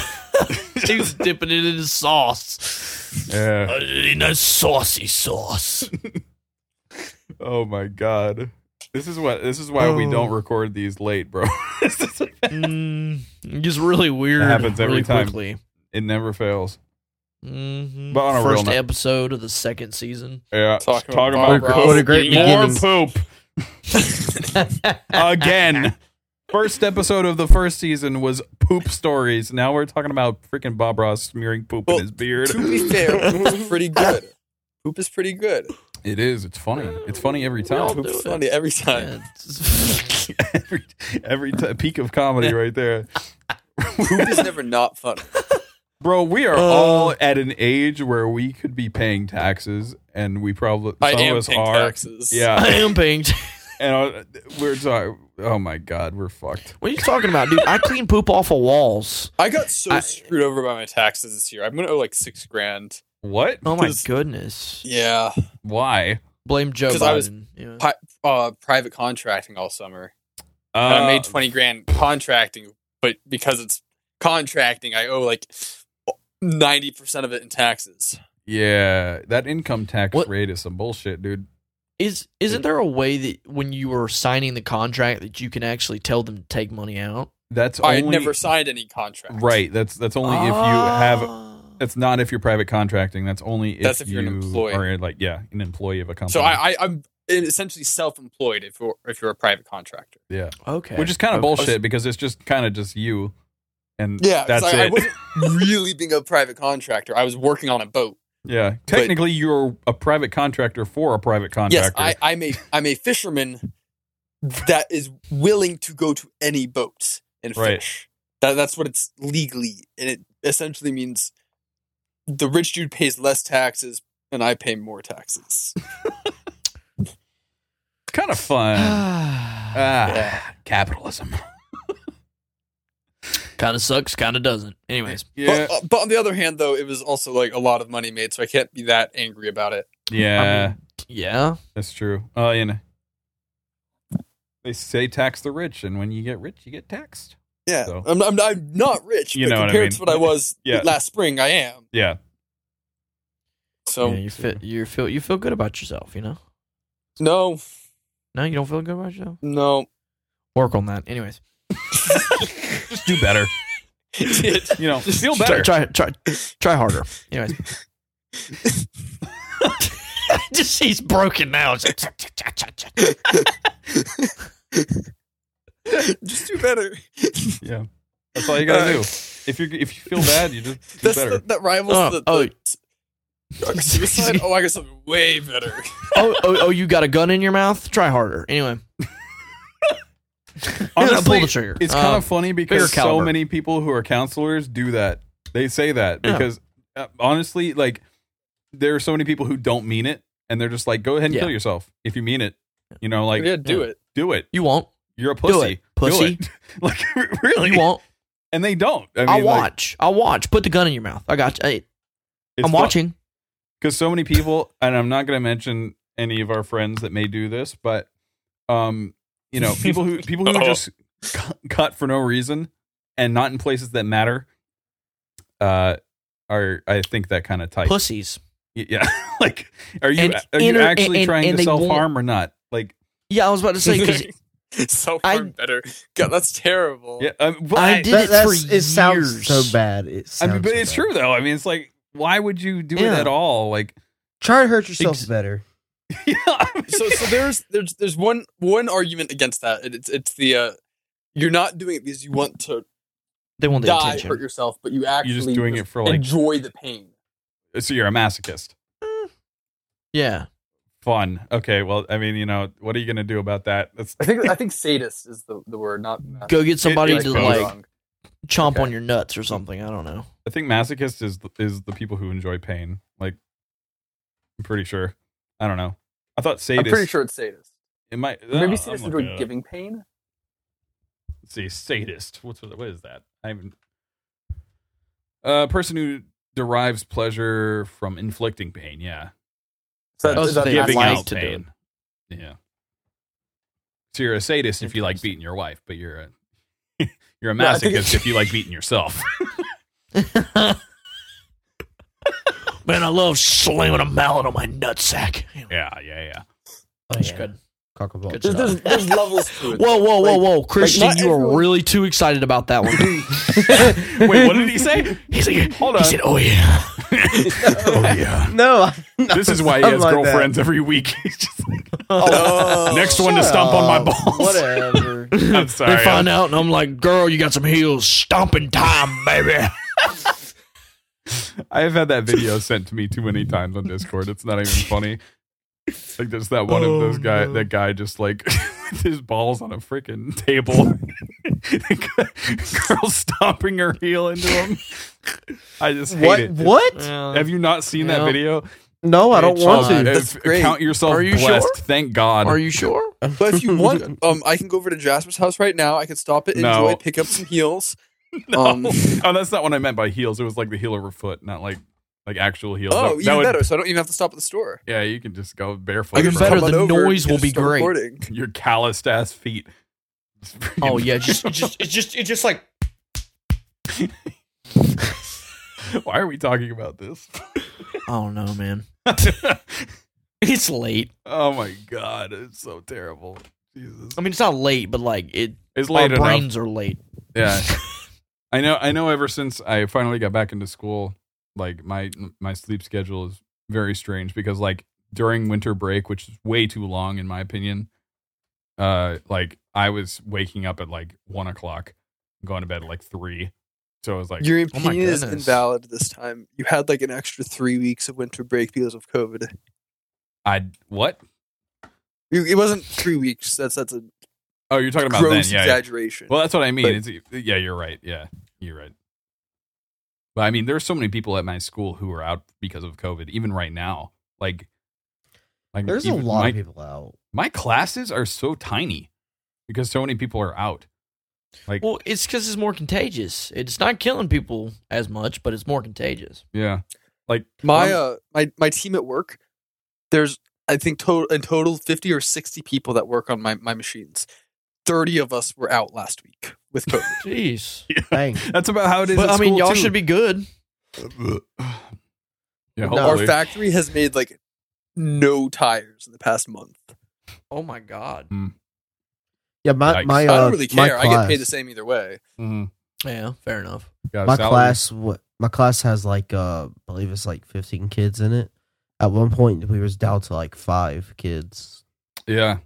C: he was dipping it in his sauce,
B: Yeah.
C: Uh, in a saucy sauce.
B: Oh my god. This is what this is why we don't record these late, bro. This is-
C: Mm, it's really weird.
B: It happens every
C: really
B: time.
C: Quickly.
B: it never fails.
C: hmm
B: But on a real
C: First
B: note-
C: episode of the second season.
B: Yeah. Talk,
D: Talking about
B: about,
D: Bob Ross. What a great
B: more
A: beginning.
B: poop. Again. First episode of the first season was poop stories. Now we're talking about freaking Bob Ross smearing poop
D: Well,
B: in his beard.
D: to be fair, poop is pretty good. Poop is pretty good.
B: It is. It's funny. It's funny every
C: I'll
B: time.
C: do
D: Poop's
C: it.
D: funny every time.
C: Yeah, it's-
B: every every ti- peak of comedy right there.
D: Poop is never not funny.
B: Bro, we are
C: Uh,
B: all at an age where we could be paying taxes and we probably
D: I
B: some
D: am
B: of us
D: paying
B: are.
D: taxes.
B: Yeah.
C: I am pinged.
B: and I, we're talking. Oh my god, we're fucked.
C: What are you talking about, dude? I clean poop off of walls.
D: I got so
C: I-
D: screwed over by my taxes this year. I'm gonna owe like six grand.
B: What?
C: Oh my
D: 'Cause-
C: goodness!
D: Yeah.
B: Why?
C: Blame Joe
D: 'Cause I was-
C: Biden. Yeah.
D: Pi- uh, private contracting all summer.
B: Uh,
D: And I made twenty grand contracting, but because it's contracting, I owe like ninety percent of it in taxes.
B: Yeah, that income tax
C: What?
B: rate is some bullshit, dude.
C: Is isn't there a way that when you are signing the contract that you can actually tell them to take money out?
B: That's
D: I had
B: only
D: never signed any contract.
B: right. That's that's only if you have.
C: Ah.
B: That's not if you're private contracting. That's only if
D: Oh. That's if
B: you
D: you're an employee.
B: Are like yeah, an employee of a company.
D: So I, I I'm essentially self-employed if you're if you're a private contractor.
B: Yeah.
C: Okay.
B: Which is kind of
C: Okay.
B: bullshit because it's just kind of just you. And
D: Yeah, 'cause
B: that's
D: I, I
B: it.
D: wasn't really being a private contractor. I was working on a boat.
B: yeah. Technically, you're a private contractor for a private
D: Yes,
B: contractor.
D: I, I'm a I'm a fisherman that is willing to go to any boat and
B: Right.
D: fish. That, that's what it's legally, and it essentially means the rich dude pays less taxes and I pay more taxes.
B: it's kind of fun. ah,
D: Yeah. Uh,
B: capitalism.
C: kind of sucks. Kind of doesn't. Anyways.
B: Yeah.
D: But, uh, but on the other hand, though, it was also like a lot of money made, so I can't be that angry about it.
B: yeah.
C: Yeah.
B: That's true. Oh, you know. They say tax the rich, and when you get rich, you get taxed.
D: Yeah,
B: So-
D: I'm, I'm, I'm not rich,
B: You
D: but
B: know what I
D: compared to
B: mean.
D: what I was
B: Yeah.
D: last spring, I am.
B: Yeah.
D: So
C: Yeah, you feel you feel you feel good about yourself. You know.
D: no,
C: No, you don't feel good about yourself.
D: no,
C: Work on that. Anyways.
B: Just do better. You know, feel
C: Try-
B: better.
C: Try try try harder. Anyways.
E: Just he's broken now. It's like,
C: Oh,
D: just do better.
B: Yeah. That's all you gotta do. If you if you feel bad, you just do
D: That's
B: better.
D: the, that rivals
C: Oh,
D: the, the
C: oh.
D: suicide. oh, I got something way better.
C: oh, oh oh you got a gun in your mouth? Try harder. Anyway.
B: Honestly,
C: pull the trigger.
B: it's kind
C: Um,
B: of funny
C: bigger
B: because so
C: caliber.
B: many people who are counselors do that. They say that
C: Yeah.
B: because uh, honestly, like there are so many people who don't mean it, and they're just like, "Go ahead and
C: Yeah.
B: kill yourself if you mean it." You know, like
D: yeah, do it.
B: do it.
C: You won't.
B: You're a pussy.
C: Do it. Pussy.
B: it. like really,
C: You won't.
B: and they don't. I mean,
C: I will
B: like,
C: watch. I'll watch. Put the gun in your mouth. I got you. Hey,
B: it's
C: I'm
B: fu-
C: watching.
B: because so many people and i'm not going to mention any of our friends that may do this but um you know people who people
D: Oh.
B: who just cu- cut for no reason and not in places that matter uh are i think that kind of type
C: Pussies.
B: Y- yeah like are you
C: And
B: are you
C: inner-
B: actually
C: and-
B: trying
C: and
B: to
C: they
B: self harm or not like
C: Yeah, I was about to say because
D: so
C: I-
D: far better. God, that's terrible.
B: yeah um, but
C: I
B: I-
C: did
A: That-
C: it
A: that's-
C: for
A: it sounds
C: years.
A: so bad. It
B: I mean
A: sounds
B: but
A: so
B: it's
A: bad.
B: true though i mean it's like why would you do it
C: Yeah.
B: at all like
A: Try to hurt yourself
B: Ex-
A: better.
B: yeah, I mean,
D: So, so there's there's there's one one argument against that. and It's it's the uh, you're not doing it because you want to
C: they want the
D: die,
C: attention.
D: hurt yourself, but you actually
B: you're just doing it for like
D: enjoy the pain.
B: so you're a masochist
C: Yeah,
B: fun. Okay, well, I mean, you know, what are you gonna do about that? That's
D: I think I think sadist is the, the word, not
C: go get somebody
B: It- it's
C: to
B: both.
C: like chomp
D: Okay.
C: on your nuts or something. I don't know.
B: I think masochist is is the people who enjoy pain. Like, I'm pretty sure. I don't know. I thought sadist.
D: I'm pretty sure it's sadist.
B: it might. uh,
D: Maybe
B: I'm
D: sadist
B: looking it
D: enjoy
B: up.
D: giving pain.
B: Let's see, sadist. What's what is that? I haven't. A uh, person who derives pleasure from inflicting pain. Yeah,
D: So that-
C: Oh, so
D: that-
C: they
D: that's-
B: giving
C: like
B: out
C: to do
B: pain. Yeah. So you're a sadist if you like beating your wife, but you're a you're a
D: No, I think
B: masochist
D: it's-
B: if you like beating yourself.
E: Man, I love slamming a mallet on my nutsack.
B: yeah, yeah, yeah.
C: That's good.
A: Cockaball.
C: Good
D: There's,
C: stuff.
D: there's, there's levels to it.
C: Whoa, whoa, whoa,
D: Like-
C: whoa, Christian!
D: not
C: you are
D: everyone-
C: really too excited about that one.
B: Wait, what did he say?
E: He's like,
B: Hold
E: he
B: on.
E: said, "Oh yeah, oh yeah."
A: No, no,
B: This is why he
A: I'm
B: has
A: like that.
B: girlfriends every week. He's just like,
D: Oh.
B: Next one to
A: Shut
B: stomp on my
A: up.
B: balls.
A: Whatever.
B: I'm sorry.
E: they find out, and I'm like, "Girl, you got some heels. Stomping time, baby."
B: I have had that video sent to me too many times on Discord. It's not even funny. Like there's that one of those guy that guy just like with his balls on a freaking table. Girl stomping her heel into him. I just hate
A: what?
B: it.
A: What?
B: Have you not seen that
C: Yeah.
B: video?
A: No, I don't
B: It's,
A: want
B: uh,
A: to.
D: That's
B: if-
D: great.
B: Count yourself
C: Are you
B: blessed.
C: sure?
B: Thank God.
C: Are you sure?
D: But if you want, um, I can go over to Jasper's house right now. I can stop it,
B: No.
D: enjoy, pick up some heels.
B: No.
D: Um,
B: oh, that's not what I meant by heels. It was like the heel over foot, not like like actual heels.
D: oh,
B: That- that
D: even
B: would-
D: better. So I don't even have to stop at the store.
B: Yeah, you can just go barefoot.
D: I
C: Even
D: can just
B: bro.
C: better,
D: come on
C: the
D: over,
C: noise
D: you
C: will
D: can
C: be
D: start
C: great.
D: recording.
B: Your calloused ass feet.
C: Oh yeah, just it's just it's just it's just like
B: Why are we talking about this?
C: I don't know, man. It's late.
B: oh my god, it's so terrible. Jesus,
C: I mean, it's not late, but like it.
B: it's late
C: our
B: enough.
C: brains are late.
B: Yeah, I know. I know. Ever since I finally got back into school, like my my sleep schedule is very strange because like during winter break, which is way too long in my opinion. Uh, like I was waking up at like one o'clock, going to bed at like three. So I was like,
D: Your
C: oh my
D: opinion is
C: goodness.
D: invalid this time. You had like an extra three weeks of winter break because of COVID.
B: I what?
D: You- It wasn't three weeks. That's that's a
B: Oh, you're talking about
D: gross
B: then? Yeah, yeah.
D: exaggeration.
B: Well, that's what I mean.
D: But-
B: it's, yeah, you're right. Yeah, you're right. But I mean, there's so many people at my school who are out because of COVID, even right now. Like, like
G: There's a
B: even
G: lot
B: my,
G: of people out.
B: My classes are so tiny because so many people are out. Like,
C: Well, it's because it's more contagious. It's not killing people as much, but it's more contagious.
B: yeah, like
D: my
B: I'm-
D: uh my my team at work there's i think total in total 50 or 60 people that work on my, my machines 30 of us were out last week with covid
C: Jeez.
G: Dang.
B: that's about how it is.
C: But
B: at
C: I mean,
B: school,
C: y'all
B: too.
C: should be good.
B: Yeah,
G: No.
D: our
B: hopefully.
D: factory has made like no tires in the past month
C: Oh my god.
G: Yeah, my
B: Yikes.
G: my
D: i
G: uh,
D: don't really
G: my
D: care i get paid the
G: class-
D: same either way
B: Mhm.
C: Yeah, fair enough.
B: Got a
G: my
B: salary.
G: class what my class has like uh I believe it's like 15 kids in it at one point we was down to like five kids
B: Yeah.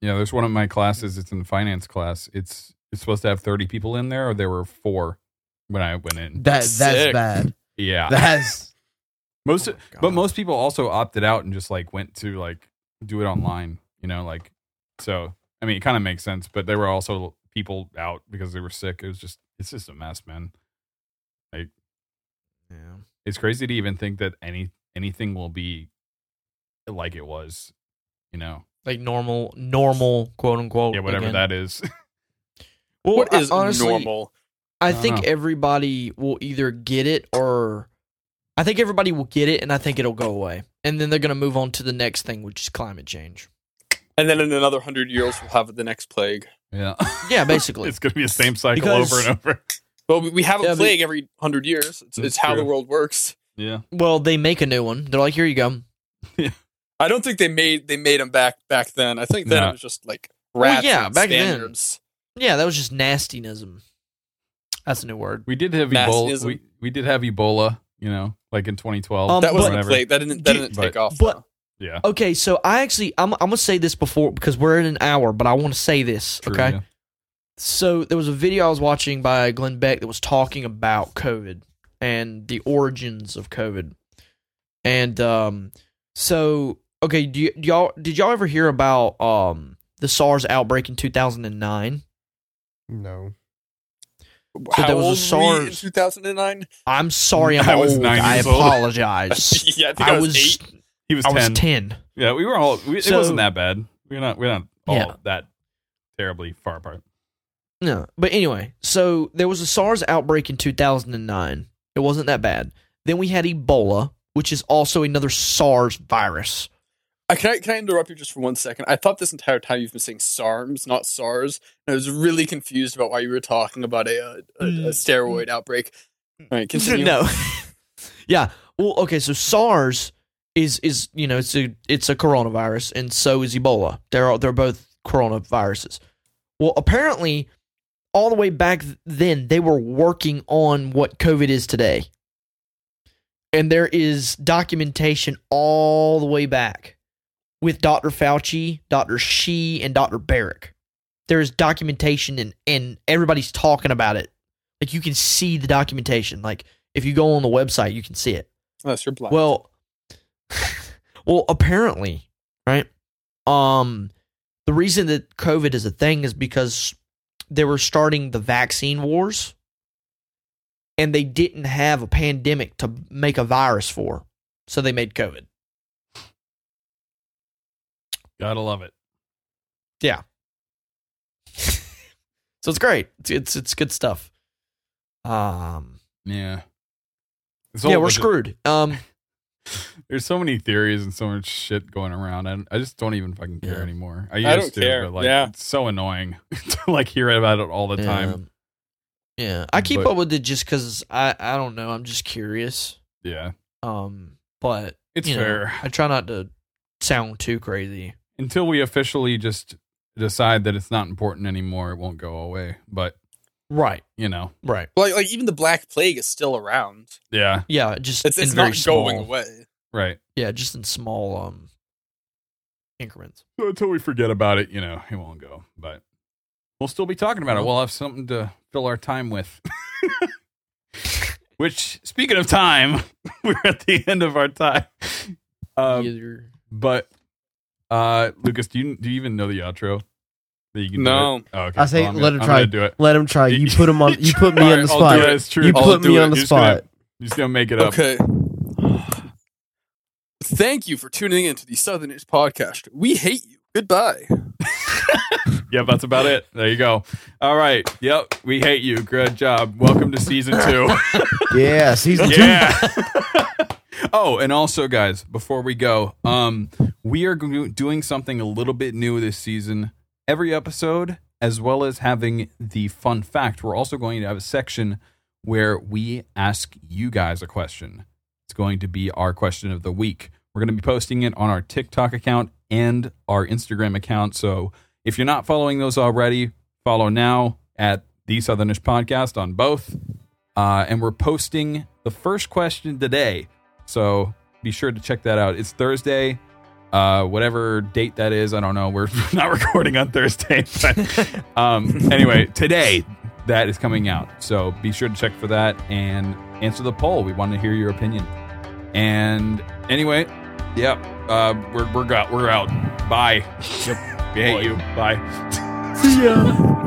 B: Yeah, there's one of my classes, it's in the finance class. It's it's supposed to have 30 people in there or there were 4 when I went in.
G: that that's
D: Sick.
G: bad
B: Yeah.
G: that's
B: most
C: Oh my
B: but
C: God.
B: most people also opted out and just like went to like do it online, you know, like so I mean, it kind of makes sense, but there were also people out because they were sick. It was just it's just a mess, man.
C: Yeah.
B: It's crazy to even think that any anything will be like it was, you know.
C: Like normal, normal, quote unquote.
B: Yeah, whatever
C: Oh, again.
B: that is.
C: Well,
D: what is
C: I, honestly,
D: normal
C: I
B: I don't
C: think
B: know.
C: everybody will either get it or I think everybody will get it, and I think it'll go away, and then they're gonna move on to the next thing, which is climate change.
D: and then in another 100 years we'll have the next plague
B: yeah.
C: Yeah, basically.
B: it's going to be the same cycle
C: Because-
B: over and over.
D: well we- we have a
C: Yeah, but-
D: plague every 100 years it's,
B: That's
D: it's how the
B: true.
D: world works
B: Yeah.
C: well, they make a new one. They're like, here you go.
D: i don't think they made they made them back back then i think then
B: No.
D: it was just like rats
C: yeah,
D: and
C: back then.
D: Spaniards.
C: Yeah, that was just nastinism. That's a new word.
B: We did have
D: Mass
B: Ebola.
D: ism.
B: We, we did have Ebola, you know, like in 2012.
C: Um,
D: that wasn't
B: whatever.
D: a plate. That didn't that
C: Do-
D: didn't
B: but-
D: take off.
C: but-
D: though.
B: Yeah.
C: Okay, so I actually I'm I'm gonna say this before because we're in an hour, but I want to say this.
B: True,
C: okay,
B: yeah.
C: so there was a video I was watching by Glenn Beck that was talking about COVID and the origins of COVID, and um, so okay, do, y- do y'all did y'all ever hear about um the SARS outbreak in two thousand and nine?
G: no
C: So there was a
D: old were you
C: SARS.
D: in 2009.
C: I'm sorry, I'm
B: I was
C: old.
B: nine
C: I
B: years old.
C: apologize.
D: yeah, I think I, was, eight.
B: He was
C: I
B: 10.
C: was ten.
B: Yeah, we were all we, it
C: So-
B: wasn't that bad. We're not we're not all
C: Yeah.
B: that terribly far apart.
C: No, but anyway, so there was a SARS outbreak in 2009. It wasn't that bad. Then we had Ebola, which is also another SARS virus.
D: I, can I can I interrupt you just for one second? I thought this entire time you've been saying SARS, not SARS. And I was really confused about why you were talking about a, uh, a, a steroid outbreak. All right,
C: Hmm.
D: continue.
C: No. yeah. Well, okay, so SARS is is, you know, it's a it's a coronavirus and so is Ebola. They're all- they're both coronaviruses. Well, apparently all the way back then they were working on what COVID is today. And there is documentation all the way back. with Dr. Fauci, Dr. Shee, and Dr. Barrick. There is documentation and, and everybody's talking about it. Like you can see the documentation. Like if you go on the website, you can see it.
D: Unless you're blind.
C: Well, well, apparently, right? Um, the reason that COVID is a thing is because they were starting the vaccine wars, and they didn't have a pandemic to make a virus for, so they made COVID.
B: Gotta love it.
C: So it's great. It's it's, it's good stuff. Um,
B: Yeah. It's
C: yeah,
B: all- but
C: we're
B: the-
C: screwed. Um,
B: There's so many theories and so much shit going around. I, I just don't even fucking care
C: Yeah.
B: anymore. I used
D: I don't
B: to,
D: care.
B: but like
D: Yeah.
B: it's so annoying to like hear about it all the time.
C: Yeah, um, Yeah. I keep
B: But-
C: up with it just because I I don't know. I'm just curious.
B: Yeah.
C: Um, but
B: It's
C: you know,
B: fair.
C: I try not to sound too crazy.
B: Until we officially just decide that it's not important anymore, it won't go away. But,
C: Right.
B: you know,
C: Right.
D: like, like even the Black Plague is still around.
B: yeah,
C: Yeah. Just
D: It's,
C: in
D: it's
C: very
D: not
C: small,
D: going away.
B: right.
C: Yeah, just in small um increments.
B: So until we forget about it, you know, it won't go. But we'll still be talking about it. We'll have something to fill our time with. Which, speaking of time, we're at the end of our time. Um,
C: Either-
B: But uh, Lucas, do you do you even know the outro? That you can do
D: No.
B: it? Oh, okay.
G: I say
B: I'm
G: let
B: gonna-
G: him
B: I'm
G: try.
B: gonna do it.
G: Let him try. You put him on. You put me on
B: All
G: the
B: right, I'll
G: spot.
B: do it. It's true.
G: You
B: I'll
G: put
B: do
G: me
B: it.
G: on the
B: You're just gonna-
G: spot.
B: You're just gonna make it up.
D: Okay. Thank you for tuning in to the Southernish Podcast. We hate you. Goodbye.
B: Yep, that's about it. There you go. All right. Yep, we hate you. Good job. Welcome to season two.
G: Yeah, season
B: yeah. oh, and also, guys, before we go, um, we are go- doing something a little bit new this season. Every episode, as well as having the fun fact, we're also going to have a section where we ask you guys a question. It's going to be our question of the week. We're going to be posting it on our TikTok account and our Instagram account. So if you're not following those already, follow now at the Southernish Podcast on both. Uh, and we're posting the first question today. So be sure to check that out. It's Thursday, uh, whatever date that is. I don't know. We're not recording on Thursday. But um, anyway, today that is coming out. So be sure to check for that and answer the poll. We want to hear your opinion. And anyway, yep, uh, we're, we're, out, we're out. Bye. Yep. We hate you. Bye.
G: two.